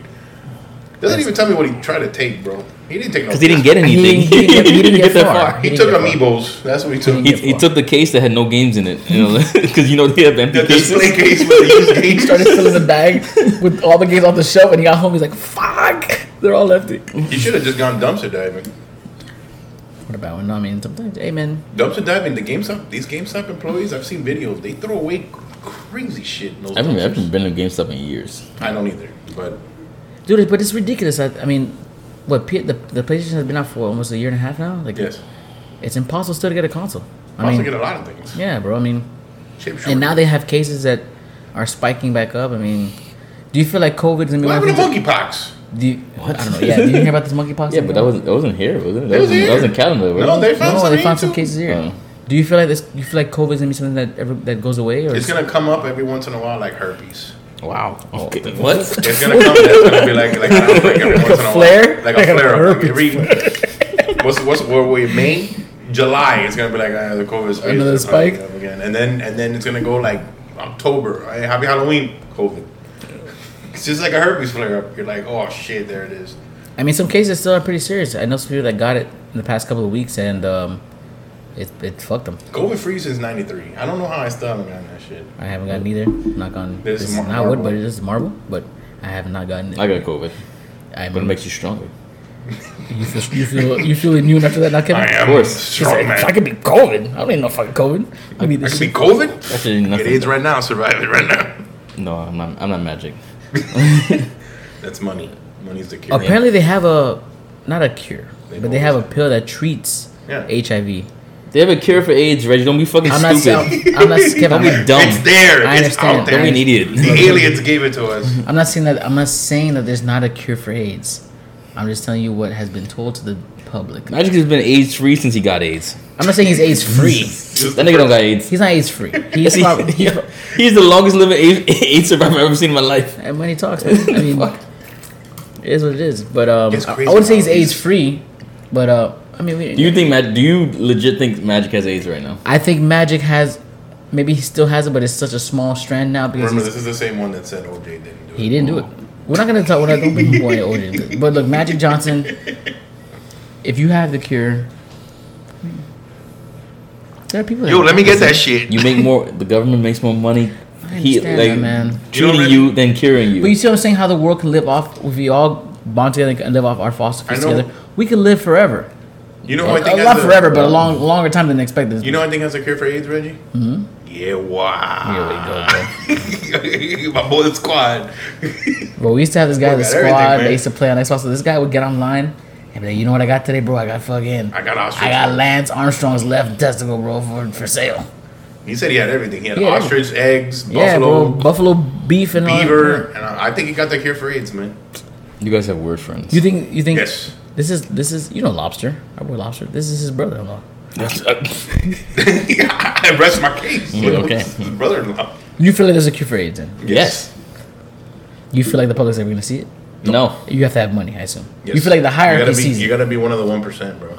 [SPEAKER 1] Doesn't even tell me what he tried to take, bro. He didn't take no.
[SPEAKER 3] Because he didn't get
[SPEAKER 2] he didn't, he
[SPEAKER 3] anything.
[SPEAKER 2] didn't get, he didn't get far.
[SPEAKER 1] He
[SPEAKER 2] didn't
[SPEAKER 1] took
[SPEAKER 2] get far.
[SPEAKER 1] amiibos. That's what he took.
[SPEAKER 2] He
[SPEAKER 3] He,
[SPEAKER 2] didn't
[SPEAKER 3] he took the case that had no games in it, you know, because you know they have empty
[SPEAKER 1] the display case
[SPEAKER 3] cases.
[SPEAKER 1] with the used games.
[SPEAKER 2] Started filling the bag with all the games off the shelf, and he got home. He's like, "Fuck, they're all lefty."
[SPEAKER 1] You should have just gone dumpster diving.
[SPEAKER 2] What about when? I mean, sometimes, hey man,
[SPEAKER 1] Dumpster diving. The GameStop. These GameStop employees. I've seen videos. They throw away crazy shit. In those
[SPEAKER 3] I haven't, I
[SPEAKER 1] dumpsters.
[SPEAKER 3] haven't been to GameStop in years.
[SPEAKER 1] I don't either. But
[SPEAKER 2] dude, but it's ridiculous. I, I mean, what P- the the PlayStation has been out for almost a year and a half now. Like,
[SPEAKER 1] yes,
[SPEAKER 2] it's impossible still to get a console. I
[SPEAKER 1] I also
[SPEAKER 2] mean,
[SPEAKER 1] get a lot of things.
[SPEAKER 2] yeah, bro. I mean,
[SPEAKER 1] Chip
[SPEAKER 2] and
[SPEAKER 1] shortage.
[SPEAKER 2] now they have cases that are spiking back up. I mean, do you feel like COVID's gonna be
[SPEAKER 1] what
[SPEAKER 2] one of the
[SPEAKER 1] happened
[SPEAKER 2] things?
[SPEAKER 1] to monkeypox?
[SPEAKER 2] that- Do you, I don't know. Yeah, did you hear about this monkeypox?
[SPEAKER 3] Yeah,
[SPEAKER 2] thing
[SPEAKER 3] but
[SPEAKER 2] going
[SPEAKER 3] that
[SPEAKER 2] on?
[SPEAKER 3] wasn't that wasn't here, was it? That
[SPEAKER 1] It was
[SPEAKER 3] was, in, that was
[SPEAKER 1] here.
[SPEAKER 3] in Canada.
[SPEAKER 1] No,
[SPEAKER 3] wasn't
[SPEAKER 1] they
[SPEAKER 3] it?
[SPEAKER 1] found.
[SPEAKER 2] no,
[SPEAKER 1] some
[SPEAKER 2] they found some
[SPEAKER 1] too.
[SPEAKER 2] cases here.
[SPEAKER 3] Oh.
[SPEAKER 2] Do you feel like this? You feel like COVID's gonna be something that ever, that goes away, or
[SPEAKER 1] It's gonna come up every once in a while, like herpes.
[SPEAKER 3] Wow. Okay. Oh, What?
[SPEAKER 1] It's gonna come. It's gonna be like like, like, every
[SPEAKER 2] Like a
[SPEAKER 1] once in a
[SPEAKER 2] flare?
[SPEAKER 1] while, like
[SPEAKER 2] Like a
[SPEAKER 1] a flare up. Like
[SPEAKER 2] herpes.
[SPEAKER 1] every, what's what's where we May, July? It's gonna be like uh, the COVID spikes
[SPEAKER 2] Another
[SPEAKER 1] are probably
[SPEAKER 2] spike?
[SPEAKER 1] up again, and then and then it's gonna go like October. Hey, happy Halloween, COVID. It's just like a herpes flare up. You're like, oh shit, there it is.
[SPEAKER 2] I mean, some cases still are pretty serious. I know some people that got it in the past couple of weeks, and um, it it fucked them.
[SPEAKER 1] COVID free since '93. I don't know how I still haven't gotten that shit.
[SPEAKER 2] I haven't gotten either. Knock on
[SPEAKER 1] This
[SPEAKER 2] this,
[SPEAKER 1] is
[SPEAKER 2] is
[SPEAKER 1] mar-
[SPEAKER 2] not wood, but
[SPEAKER 1] marble.
[SPEAKER 2] it is marble. But I have not gotten it.
[SPEAKER 3] I got COVID,
[SPEAKER 2] I
[SPEAKER 3] but it
[SPEAKER 2] mean,
[SPEAKER 3] makes you stronger.
[SPEAKER 2] you, feel, you feel you feel immune after that, not Kevin.
[SPEAKER 1] I am
[SPEAKER 3] course.
[SPEAKER 1] strong man.
[SPEAKER 2] I could be COVID. I don't even know if I could COVID. I mean,
[SPEAKER 1] I
[SPEAKER 2] this
[SPEAKER 1] could be
[SPEAKER 2] shit.
[SPEAKER 1] COVID.
[SPEAKER 3] Actually,
[SPEAKER 1] Get
[SPEAKER 3] nothing.
[SPEAKER 1] AIDS right now. Survive it right now.
[SPEAKER 3] No, I'm not. I'm not magic.
[SPEAKER 1] That's money. Money's the cure.
[SPEAKER 2] Apparently, they have a not a cure,
[SPEAKER 1] They
[SPEAKER 2] but they
[SPEAKER 1] know
[SPEAKER 2] have a
[SPEAKER 1] what's-
[SPEAKER 2] pill that treats
[SPEAKER 1] Yeah.
[SPEAKER 2] HIV.
[SPEAKER 3] They have a cure for AIDS, Reggie. Don't be fucking
[SPEAKER 2] I'm not
[SPEAKER 3] stupid.
[SPEAKER 2] saying I'm not Kevin.
[SPEAKER 3] Don't
[SPEAKER 2] I'm
[SPEAKER 3] be
[SPEAKER 2] not-
[SPEAKER 3] dumb.
[SPEAKER 1] It's there.
[SPEAKER 2] I
[SPEAKER 1] it's out
[SPEAKER 2] understand.
[SPEAKER 1] there.
[SPEAKER 3] Don't be an
[SPEAKER 1] The
[SPEAKER 3] idiot.
[SPEAKER 1] aliens gave it to us.
[SPEAKER 2] I'm not saying that. I'm not saying that there's not a cure for AIDS. I'm just telling you what has been told to the public.
[SPEAKER 3] Magic has been AIDS free since he got AIDS.
[SPEAKER 2] I'm not saying he's AIDS free.
[SPEAKER 3] That nigga don't got AIDS.
[SPEAKER 2] He's not AIDS free.
[SPEAKER 3] Yes,
[SPEAKER 2] He's
[SPEAKER 3] he-
[SPEAKER 2] probably
[SPEAKER 3] yeah. He's the longest living AIDS, AIDS survivor I've ever seen in my life.
[SPEAKER 2] and when he talks, man, I mean,
[SPEAKER 3] Fuck.
[SPEAKER 2] it is what it is. But um,
[SPEAKER 1] It's
[SPEAKER 2] I- I
[SPEAKER 1] crazy
[SPEAKER 2] wouldn't say he's
[SPEAKER 1] how he's-
[SPEAKER 2] AIDS free, but uh, I mean, we,
[SPEAKER 3] Do you think Mag- Do you legit think Magic has AIDS right now?
[SPEAKER 2] I think Magic has, maybe he still has it, but it's such a small strand now because
[SPEAKER 1] Remember,
[SPEAKER 2] he's,
[SPEAKER 1] this is the same one that said OJ didn't do it.
[SPEAKER 2] he didn't do it. We're not gonna talk. We're not gonna bring boy OJ. But look, Magic Johnson, if you have the cure, there are people. that-
[SPEAKER 1] Yo, let me get that shit.
[SPEAKER 3] You make more. the government makes more money. He
[SPEAKER 2] understand
[SPEAKER 3] like
[SPEAKER 2] that, man.
[SPEAKER 1] You
[SPEAKER 3] treating
[SPEAKER 1] know,
[SPEAKER 3] you than curing
[SPEAKER 2] But
[SPEAKER 3] you.
[SPEAKER 2] you see what I'm saying? How the world can live off if we all bond together and live off our fossil fuels
[SPEAKER 1] I know.
[SPEAKER 2] together. We could live forever.
[SPEAKER 1] You know who I
[SPEAKER 2] Uh,
[SPEAKER 1] think
[SPEAKER 2] not
[SPEAKER 1] has a,
[SPEAKER 2] forever, but a long, longer time than expected.
[SPEAKER 1] You know who I think has a cure for AIDS, Reggie? Mm-hmm. Yeah,
[SPEAKER 2] Ah.
[SPEAKER 1] wow. My boy squad.
[SPEAKER 2] But we used to have this guy in the
[SPEAKER 1] Got everything,
[SPEAKER 2] squad.
[SPEAKER 1] man.
[SPEAKER 2] They used to play on Xbox. So this guy would get online and be like, "You know what I got today, bro? I got fucking,
[SPEAKER 1] I got ostrich.
[SPEAKER 2] I got Lance Armstrong's left testicle, bro, for for sale."
[SPEAKER 1] he said he had everything. He had
[SPEAKER 2] Yeah.
[SPEAKER 1] ostrich, eggs,
[SPEAKER 2] yeah, bro,
[SPEAKER 1] buffalo,
[SPEAKER 2] buffalo beef and all that.
[SPEAKER 1] beaver, and I, I think he got the cure for AIDS, man.
[SPEAKER 3] You guys have word friends.
[SPEAKER 2] You think? You think?
[SPEAKER 1] Yes.
[SPEAKER 2] This is this is you know lobster. Our boy lobster. This is his brother-in-law.
[SPEAKER 1] I rest my case.
[SPEAKER 3] Yeah, okay.
[SPEAKER 1] His brother-in-law.
[SPEAKER 2] You feel like there's a cure for AIDS, then?
[SPEAKER 3] yes.
[SPEAKER 2] You feel like the public's ever gonna see it?
[SPEAKER 3] No.
[SPEAKER 2] You have to have money, I assume.
[SPEAKER 1] Yes.
[SPEAKER 2] You feel like the
[SPEAKER 1] you
[SPEAKER 2] hierarchy
[SPEAKER 1] gotta, be,
[SPEAKER 2] sees
[SPEAKER 1] you
[SPEAKER 2] it.
[SPEAKER 1] gotta be one of the one percent, bro.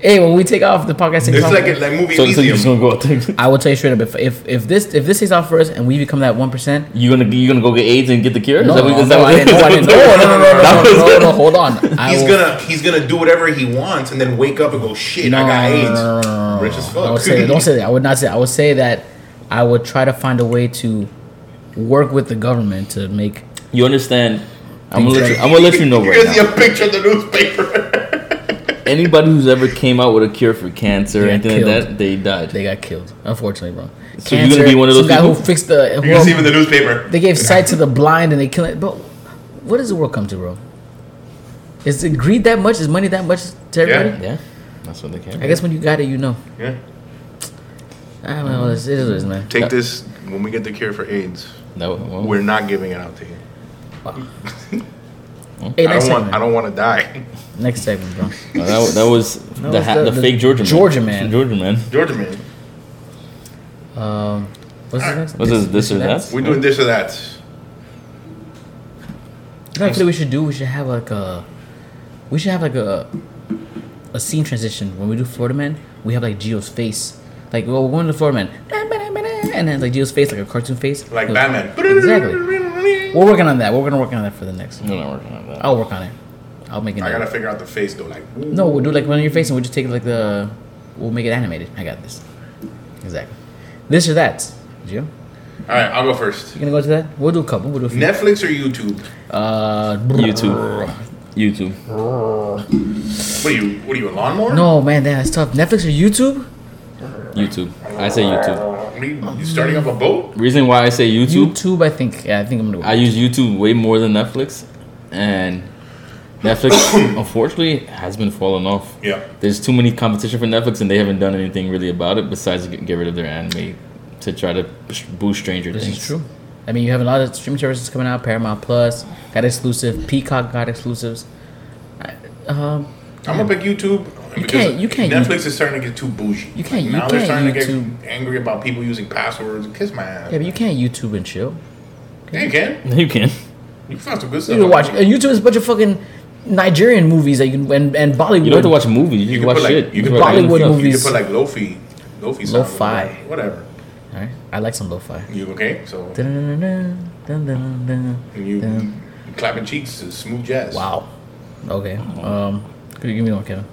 [SPEAKER 2] Hey, when we take off the podcast, takes
[SPEAKER 1] It's
[SPEAKER 2] off,
[SPEAKER 1] like a, like movie
[SPEAKER 3] So, so you're
[SPEAKER 1] Elysium.
[SPEAKER 3] just gonna go out there.
[SPEAKER 2] I will tell you straight up, if if, if this if this takes off first and we become that one percent,
[SPEAKER 3] You gonna you gonna go get AIDS and get the cure?
[SPEAKER 2] no,
[SPEAKER 3] is that
[SPEAKER 2] no,
[SPEAKER 3] what,
[SPEAKER 2] no,
[SPEAKER 3] is that
[SPEAKER 2] no,
[SPEAKER 3] what
[SPEAKER 2] I didn't- no, I didn't- no, Oh, no, no, no,
[SPEAKER 3] That
[SPEAKER 2] no, no,
[SPEAKER 3] was-
[SPEAKER 2] no, no, hold on. I
[SPEAKER 1] He's
[SPEAKER 2] will-
[SPEAKER 1] gonna he's gonna do whatever he wants and then wake up and go shit. I
[SPEAKER 2] No,
[SPEAKER 1] got
[SPEAKER 2] no, no,
[SPEAKER 1] AIDS.
[SPEAKER 2] no, no, no, no,
[SPEAKER 1] Rich as
[SPEAKER 2] I
[SPEAKER 1] fuck.
[SPEAKER 2] would say don't say that. I would not say. I would say that I would try to find a way to work with the government to make.
[SPEAKER 3] You understand? I'm gonna let you. I'm gonna let you know
[SPEAKER 1] You're
[SPEAKER 3] right
[SPEAKER 1] gonna see
[SPEAKER 3] now.
[SPEAKER 1] a picture in the newspaper.
[SPEAKER 3] Anybody who's ever came out with a cure for cancer or
[SPEAKER 2] Yeah,
[SPEAKER 3] anything like
[SPEAKER 2] killed.
[SPEAKER 3] that, they died.
[SPEAKER 2] They got killed, unfortunately, bro.
[SPEAKER 3] So you're gonna be one of
[SPEAKER 2] some
[SPEAKER 3] those
[SPEAKER 2] guy who
[SPEAKER 3] people?
[SPEAKER 2] fixed the.
[SPEAKER 1] You're gonna see it in
[SPEAKER 2] well,
[SPEAKER 1] the newspaper.
[SPEAKER 2] they gave sight to the blind and they kill it. But what does the world come to, bro? Is it greed that much? Is money that much to everybody?
[SPEAKER 3] yeah, that's what they care.
[SPEAKER 2] I guess when you got it, you know.
[SPEAKER 1] Yeah.
[SPEAKER 2] I don't know. It is what it is, man.
[SPEAKER 1] Take this when we get the cure for AIDS.
[SPEAKER 3] That was- well,
[SPEAKER 1] We're not giving it out to you.
[SPEAKER 2] Hey,
[SPEAKER 1] I
[SPEAKER 2] next
[SPEAKER 1] don't
[SPEAKER 2] segment.
[SPEAKER 1] want. I don't want to die.
[SPEAKER 2] Next segment, bro.
[SPEAKER 3] no, that, was- that was the,
[SPEAKER 2] was
[SPEAKER 3] ha-
[SPEAKER 2] the-
[SPEAKER 3] the,
[SPEAKER 2] the
[SPEAKER 3] fake Georgia man.
[SPEAKER 2] Georgia man.
[SPEAKER 3] Georgia man.
[SPEAKER 1] Georgia man,
[SPEAKER 2] Um, what's the next?
[SPEAKER 3] Was this this or that?
[SPEAKER 1] we're doing this or that.
[SPEAKER 2] You know what I feel like we should do? We should have like a, we should have like a, a scene transition when we do Florida Man. We have like Geo's face, like well, we're going to Florida Man, and then like Geo's face, like a cartoon face,
[SPEAKER 1] Like
[SPEAKER 2] It was-
[SPEAKER 1] Batman.
[SPEAKER 2] Exactly. We're working on that. We're gonna work on that for the next.
[SPEAKER 3] We're not working on that.
[SPEAKER 2] I'll work on it. I'll make it.
[SPEAKER 1] I gotta figure out the face though. Like ooh.
[SPEAKER 2] no, we'll do like one on your face, and we'll just take like the, we'll make it animated. I got this. Exactly. This or that, Geo.
[SPEAKER 1] All right, I'll go first.
[SPEAKER 2] You gonna go to that? We'll do a couple. We'll do a few.
[SPEAKER 1] Netflix or YouTube?
[SPEAKER 2] uh,
[SPEAKER 3] YouTube. YouTube.
[SPEAKER 1] What are you? What are you? A lawnmower?
[SPEAKER 2] No man, that's tough. Netflix or YouTube?
[SPEAKER 3] YouTube. I say YouTube.
[SPEAKER 1] What are you, you starting up a boat?
[SPEAKER 3] Reason why I say YouTube,
[SPEAKER 2] YouTube, I think. Yeah, I think I'm gonna. Go.
[SPEAKER 3] I use YouTube way more than Netflix, and Netflix unfortunately has been falling off.
[SPEAKER 1] Yeah.
[SPEAKER 3] There's too many competition for Netflix, and they haven't done anything really about it besides get, get rid of their anime to try to boost Stranger
[SPEAKER 2] This
[SPEAKER 3] Things.
[SPEAKER 2] is true. I mean, you have a lot of streaming services coming out. Paramount Plus got exclusive. Peacock got exclusives. I, um,
[SPEAKER 1] I'm gonna pick YouTube. You
[SPEAKER 2] can't- you can't
[SPEAKER 1] Netflix is starting to get too bougie.
[SPEAKER 2] You can't- you
[SPEAKER 1] now they're starting
[SPEAKER 2] can't
[SPEAKER 1] to
[SPEAKER 2] YouTube.
[SPEAKER 1] get angry about people using passwords. Kiss my ass.
[SPEAKER 2] yeah, but you can't YouTube and chill.
[SPEAKER 1] Yeah, you can.
[SPEAKER 3] You
[SPEAKER 1] You
[SPEAKER 3] can.
[SPEAKER 1] can find some good stuff.
[SPEAKER 2] You
[SPEAKER 1] on
[SPEAKER 2] can watch.
[SPEAKER 1] YouTube.
[SPEAKER 2] And YouTube is a bunch of fucking Nigerian movies that you can and, and Bollywood.
[SPEAKER 3] You don't have to watch movies. You,
[SPEAKER 1] can
[SPEAKER 3] can watch
[SPEAKER 1] put, like-
[SPEAKER 3] shit.
[SPEAKER 1] you can
[SPEAKER 3] can
[SPEAKER 1] put, like,
[SPEAKER 3] watch random
[SPEAKER 2] Bollywood
[SPEAKER 3] stuff.
[SPEAKER 2] movies.
[SPEAKER 1] You can put like Lofi, Lofi, sound,
[SPEAKER 2] Lo-fi.
[SPEAKER 1] whatever.
[SPEAKER 2] All right, I like some lo-fi.
[SPEAKER 1] You okay? So
[SPEAKER 2] Dun-dun-dun-dun, dun-dun-dun-dun.
[SPEAKER 1] and you
[SPEAKER 2] Dun.
[SPEAKER 1] clapping cheeks to smooth jazz.
[SPEAKER 2] Wow. Okay. Um, could you give me one, Kevin?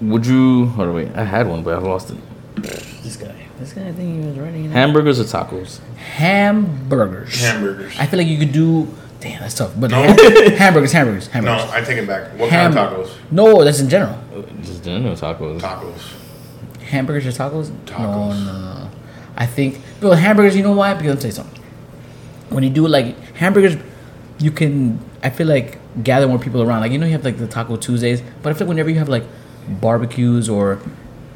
[SPEAKER 3] Would you? Hold on, wait. I had one, but I lost it.
[SPEAKER 2] This guy. This guy. I think he was running.
[SPEAKER 3] Hamburgers or tacos?
[SPEAKER 2] hamburgers.
[SPEAKER 1] Hamburgers.
[SPEAKER 2] I feel like you could do. Damn, that's tough. But
[SPEAKER 1] No.
[SPEAKER 2] hamburgers, hamburgers,
[SPEAKER 1] No,
[SPEAKER 2] hamburgers.
[SPEAKER 1] I take it back. What
[SPEAKER 2] Ham-
[SPEAKER 1] kind of tacos?
[SPEAKER 2] No, that's in general.
[SPEAKER 3] Just dinner or tacos?
[SPEAKER 1] Tacos.
[SPEAKER 2] Hamburgers or tacos? No,
[SPEAKER 1] Tacos.
[SPEAKER 2] no, no, no. I think. But hamburgers, you know why? Because I'll tell you something. When you do like hamburgers, you can. I feel like gather more people around. Like you know, you have like the Taco Tuesdays, but I feel like whenever you have like barbecues or,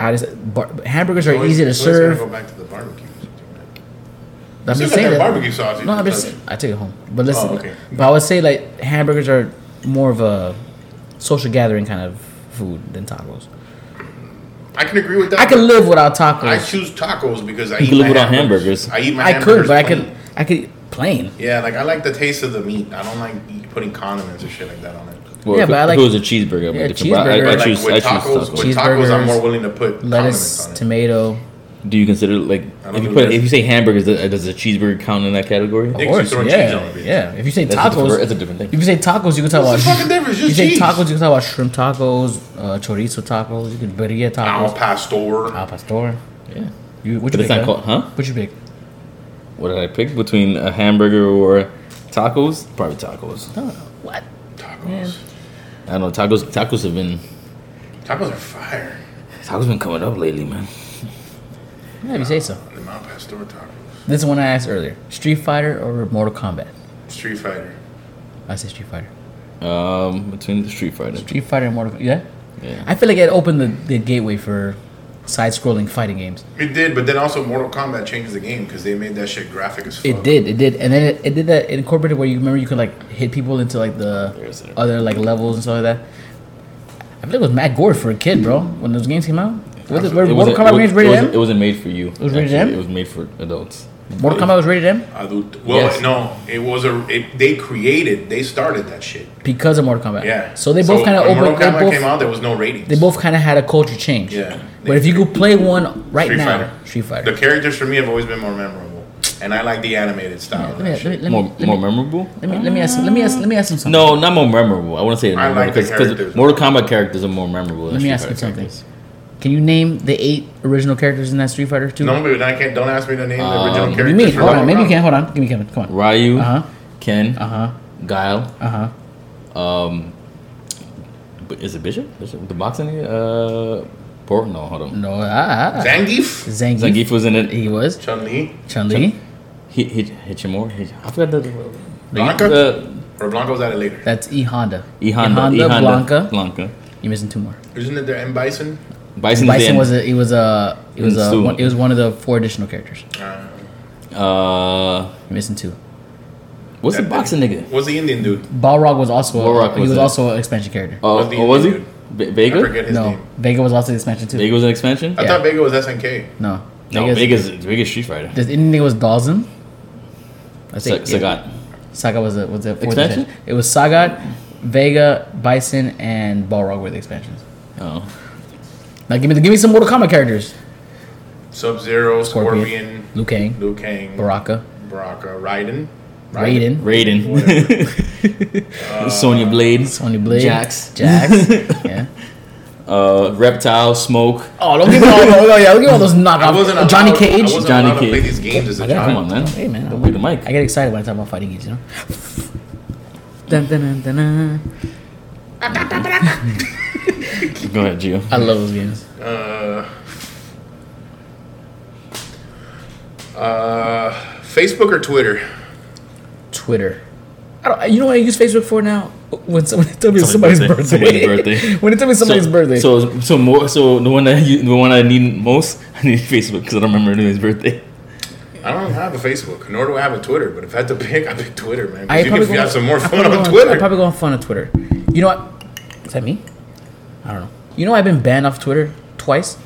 [SPEAKER 2] I just bar, hamburgers are
[SPEAKER 1] Always-
[SPEAKER 2] easy to
[SPEAKER 1] always gotta
[SPEAKER 2] serve.
[SPEAKER 1] Go back to the barbecue.
[SPEAKER 2] I'm
[SPEAKER 1] Still
[SPEAKER 2] just
[SPEAKER 1] got
[SPEAKER 2] saying
[SPEAKER 1] that
[SPEAKER 2] that.
[SPEAKER 1] barbecue sauce. You
[SPEAKER 2] No, I'm
[SPEAKER 1] can
[SPEAKER 2] just.
[SPEAKER 1] touch it.
[SPEAKER 2] I take it home. But listen.
[SPEAKER 1] Oh, okay.
[SPEAKER 2] But I would say like hamburgers are more of a social gathering kind of food than tacos.
[SPEAKER 1] I can agree with that.
[SPEAKER 2] I can live without tacos.
[SPEAKER 1] I choose tacos because I
[SPEAKER 3] You
[SPEAKER 1] eat
[SPEAKER 3] can live
[SPEAKER 1] my
[SPEAKER 3] without
[SPEAKER 1] hamburgers.
[SPEAKER 3] hamburgers.
[SPEAKER 1] I eat my.
[SPEAKER 2] I could,
[SPEAKER 1] hamburgers
[SPEAKER 2] but I
[SPEAKER 1] plain.
[SPEAKER 2] could. I could plain.
[SPEAKER 1] Yeah, like I like the taste of the meat. I don't like eat- putting condiments or shit like that on it.
[SPEAKER 3] Well,
[SPEAKER 2] Yeah,
[SPEAKER 3] if,
[SPEAKER 2] but
[SPEAKER 3] it-
[SPEAKER 2] I
[SPEAKER 3] if
[SPEAKER 2] like-
[SPEAKER 3] it was a cheeseburger,
[SPEAKER 2] Yeah,
[SPEAKER 3] but different, but
[SPEAKER 2] cheeseburger.
[SPEAKER 3] I, I,
[SPEAKER 2] But,
[SPEAKER 1] Like
[SPEAKER 3] choose,
[SPEAKER 1] with
[SPEAKER 3] I choose
[SPEAKER 1] tacos,
[SPEAKER 3] tacos.
[SPEAKER 1] with tacos, I'm
[SPEAKER 2] Cheeseburgers,
[SPEAKER 1] more willing to put
[SPEAKER 2] Lettuce,
[SPEAKER 1] condiments on it.
[SPEAKER 2] tomato.
[SPEAKER 3] Do you consider like
[SPEAKER 1] don't
[SPEAKER 3] if you
[SPEAKER 1] do
[SPEAKER 3] put
[SPEAKER 1] this.
[SPEAKER 3] if you say hamburgers, does, does a cheeseburger count in that category?
[SPEAKER 2] Of
[SPEAKER 1] you
[SPEAKER 2] course,
[SPEAKER 1] throw cheese on
[SPEAKER 2] yeah,
[SPEAKER 1] it, bitch.
[SPEAKER 2] yeah. If you say
[SPEAKER 3] That's a
[SPEAKER 2] tacos,
[SPEAKER 3] different- that's a different thing.
[SPEAKER 2] If you say tacos, you can talk about.
[SPEAKER 1] What's the fucking difference?
[SPEAKER 2] You
[SPEAKER 1] Just
[SPEAKER 2] say
[SPEAKER 1] cheese.
[SPEAKER 2] tacos, you can talk about shrimp tacos, uh, chorizo tacos. You can birria
[SPEAKER 1] Al
[SPEAKER 2] tacos.
[SPEAKER 1] pastor.
[SPEAKER 2] Al pastor.
[SPEAKER 3] Yeah.
[SPEAKER 2] You, what
[SPEAKER 3] But
[SPEAKER 2] you pick?
[SPEAKER 3] it's not
[SPEAKER 2] huh?
[SPEAKER 3] called, huh?
[SPEAKER 2] What you pick?
[SPEAKER 3] What did I pick between a hamburger or tacos? Probably tacos.
[SPEAKER 2] Oh, what?
[SPEAKER 1] Tacos.
[SPEAKER 3] I don't know. Tacos. Tacos have been.
[SPEAKER 1] Tacos are fire.
[SPEAKER 3] Tacos been coming up lately, man.
[SPEAKER 2] Yeah, if you say so.
[SPEAKER 1] The Mount Pastor tacos.
[SPEAKER 2] This is one I asked earlier: Street Fighter or Mortal Kombat?
[SPEAKER 1] Street Fighter.
[SPEAKER 2] I say Street Fighter.
[SPEAKER 3] Um, between the Street Fighter.
[SPEAKER 2] Street Fighter and Mortal Kombat. Yeah.
[SPEAKER 3] Yeah.
[SPEAKER 2] I feel like it opened the, the gateway for side-scrolling fighting games.
[SPEAKER 1] It did, but then also Mortal Kombat changed the game because they made that shit graphic as fuck.
[SPEAKER 2] It did, it did, and then it, it did that. It incorporated where you remember you could like hit people into like
[SPEAKER 3] There's
[SPEAKER 2] the
[SPEAKER 3] it.
[SPEAKER 2] other like levels and stuff like that. I feel like it was Matt Gore for a kid, bro. When those games came out, was it, were
[SPEAKER 3] It
[SPEAKER 2] Mortal
[SPEAKER 3] wasn't-
[SPEAKER 2] Kombat
[SPEAKER 3] it
[SPEAKER 2] games
[SPEAKER 3] was-
[SPEAKER 2] rated
[SPEAKER 3] it wasn't-
[SPEAKER 2] M?
[SPEAKER 3] It wasn't made for you. It
[SPEAKER 2] was rated M?
[SPEAKER 3] It was made for adults.
[SPEAKER 2] Mortal Kombat was rated M
[SPEAKER 1] Adult. Well,
[SPEAKER 3] Yes.
[SPEAKER 1] no, it was a. It, they created. They started that shit.
[SPEAKER 2] because of Mortal Kombat.
[SPEAKER 1] Yeah.
[SPEAKER 2] So they both kind of
[SPEAKER 1] when
[SPEAKER 2] opened.
[SPEAKER 1] Mortal Kombat
[SPEAKER 2] They
[SPEAKER 1] came
[SPEAKER 2] both,
[SPEAKER 1] out. There was no ratings.
[SPEAKER 2] they both kind of had a culture change.
[SPEAKER 1] Yeah.
[SPEAKER 2] But if you could play one right
[SPEAKER 1] Street
[SPEAKER 2] now,
[SPEAKER 1] Fighter.
[SPEAKER 2] Street Fighter.
[SPEAKER 1] The characters for me have always been more memorable, and I like the animated style.
[SPEAKER 2] let
[SPEAKER 1] of
[SPEAKER 2] me,
[SPEAKER 1] that
[SPEAKER 2] let
[SPEAKER 1] shit.
[SPEAKER 2] me, let me,
[SPEAKER 3] more
[SPEAKER 2] let me-
[SPEAKER 3] more memorable.
[SPEAKER 2] Let me let me ask let me ask let me ask him something.
[SPEAKER 3] No, not more memorable. I wouldn't say
[SPEAKER 1] I like the
[SPEAKER 3] because
[SPEAKER 1] characters.
[SPEAKER 3] Mortal Kombat characters are more memorable. than
[SPEAKER 2] Let me
[SPEAKER 3] Street
[SPEAKER 2] ask you
[SPEAKER 3] Fighter
[SPEAKER 2] something.
[SPEAKER 3] characters.
[SPEAKER 2] Can you name the eight original characters in that Street Fighter 2?
[SPEAKER 1] No, but I can't. Don't ask me to name the original
[SPEAKER 3] Um,
[SPEAKER 1] characters.
[SPEAKER 2] You mean?
[SPEAKER 1] for
[SPEAKER 2] Hold on,
[SPEAKER 1] Mortal
[SPEAKER 2] maybe you
[SPEAKER 1] Kombat.
[SPEAKER 2] can. Hold on, give me Kevin. Come on.
[SPEAKER 3] Ryu,
[SPEAKER 2] Uh-huh.
[SPEAKER 3] Ken,
[SPEAKER 2] Uh huh.
[SPEAKER 3] Guile.
[SPEAKER 2] Uh huh.
[SPEAKER 3] B- Is it Bishop? Bishop? The boxing? nigga? Uh, Por- no, hold on.
[SPEAKER 2] No. Ah.
[SPEAKER 1] Zangief,
[SPEAKER 2] Zangief.
[SPEAKER 3] Zangief was in it.
[SPEAKER 2] He was
[SPEAKER 1] Chun Li,
[SPEAKER 2] Chun Li.
[SPEAKER 3] He hit Hitchimori. Hitch- I forgot the. Uh,
[SPEAKER 1] Blanca?
[SPEAKER 2] Uh,
[SPEAKER 3] The,
[SPEAKER 1] or Blanco's at it later.
[SPEAKER 2] That's E Honda.
[SPEAKER 3] E Honda. E Honda.
[SPEAKER 2] Blanca.
[SPEAKER 3] Blanca.
[SPEAKER 2] You're missing two more.
[SPEAKER 1] Isn't it the M Bison?
[SPEAKER 3] Bison,
[SPEAKER 2] Bison was
[SPEAKER 3] it.
[SPEAKER 2] a. It was a. It was a.
[SPEAKER 3] Stu.
[SPEAKER 2] One, it was one of the four additional characters.
[SPEAKER 1] Uh,
[SPEAKER 3] Uh,
[SPEAKER 2] You're missing two.
[SPEAKER 3] what's the
[SPEAKER 1] That-
[SPEAKER 3] boxing nigga?
[SPEAKER 1] was the Indian dude?
[SPEAKER 2] Balrog was also.
[SPEAKER 3] Balrog
[SPEAKER 2] a, he
[SPEAKER 3] was
[SPEAKER 2] was
[SPEAKER 3] it.
[SPEAKER 2] also an expansion character.
[SPEAKER 3] Oh,
[SPEAKER 1] Was the
[SPEAKER 3] oh, was he?
[SPEAKER 1] Indian
[SPEAKER 3] Ve-
[SPEAKER 1] I
[SPEAKER 3] Vega.
[SPEAKER 1] forget his
[SPEAKER 2] no,
[SPEAKER 1] name.
[SPEAKER 2] Vega was also an expansion too.
[SPEAKER 3] Vega was an expansion.
[SPEAKER 1] I
[SPEAKER 2] Yeah.
[SPEAKER 1] thought Vega was SNK.
[SPEAKER 2] No.
[SPEAKER 3] No, Vega's Vega's Street Fighter.
[SPEAKER 2] The Indian nigga was Dawson. That's
[SPEAKER 3] Sa-
[SPEAKER 2] it. yeah.
[SPEAKER 3] Sagat.
[SPEAKER 2] Saga was the was the fourth
[SPEAKER 3] Expansion?
[SPEAKER 2] expansion. It was Sagat, Vega, Bison, and Balrog were the expansions.
[SPEAKER 3] Oh,
[SPEAKER 2] Now give me the, give me some Mortal Kombat characters.
[SPEAKER 1] Sub Zero,
[SPEAKER 2] Scorpion,
[SPEAKER 1] Scorpion,
[SPEAKER 2] Liu Kang,
[SPEAKER 1] Liu Kang,
[SPEAKER 2] Baraka,
[SPEAKER 1] Baraka, Raiden,
[SPEAKER 2] Raiden, Um,
[SPEAKER 3] Raiden. Sonya Blade.
[SPEAKER 2] Sonya Blade,
[SPEAKER 3] Jax.
[SPEAKER 2] Jax. yeah.
[SPEAKER 3] Uh, Reptile. Smoke.
[SPEAKER 2] Oh, don't give me all those. Oh, yeah, don't give me all those knockoffs.
[SPEAKER 1] I wasn't allowed,
[SPEAKER 2] Johnny Cage.
[SPEAKER 1] I wasn't
[SPEAKER 3] Johnny
[SPEAKER 1] allowed to play
[SPEAKER 3] Cage.
[SPEAKER 1] these games as a
[SPEAKER 2] Yeah,
[SPEAKER 3] Come
[SPEAKER 1] child.
[SPEAKER 3] on, man.
[SPEAKER 2] Hey man,
[SPEAKER 3] Don't beat the mic.
[SPEAKER 2] I get excited when I talk about fighting games, you know. Dun, dun, dun, dun, dun.
[SPEAKER 3] Go ahead, Gio.
[SPEAKER 2] I love those games.
[SPEAKER 1] Uh, uh, Facebook or Twitter?
[SPEAKER 2] Twitter. I don't, you know what I use Facebook for now? When someone tells me it's
[SPEAKER 3] Somebody's
[SPEAKER 2] somebody's birthday.
[SPEAKER 3] birthday. Somebody's birthday.
[SPEAKER 2] when they tell me somebody's
[SPEAKER 3] so,
[SPEAKER 2] birthday.
[SPEAKER 3] So, so more, so the one that you, the one I need most, I need Facebook because I don't remember his birthday.
[SPEAKER 1] I don't have a Facebook, nor do I have a Twitter. But if I had to pick, I pick Twitter, man. 'Cause
[SPEAKER 2] I
[SPEAKER 1] You can
[SPEAKER 2] probably go-
[SPEAKER 1] have some more
[SPEAKER 2] I
[SPEAKER 1] fun
[SPEAKER 2] probably go
[SPEAKER 1] on
[SPEAKER 2] I
[SPEAKER 1] Twitter.
[SPEAKER 2] probably go on fun on Twitter. You know what? Is that me? I don't know. You know I've been banned off Twitter twice.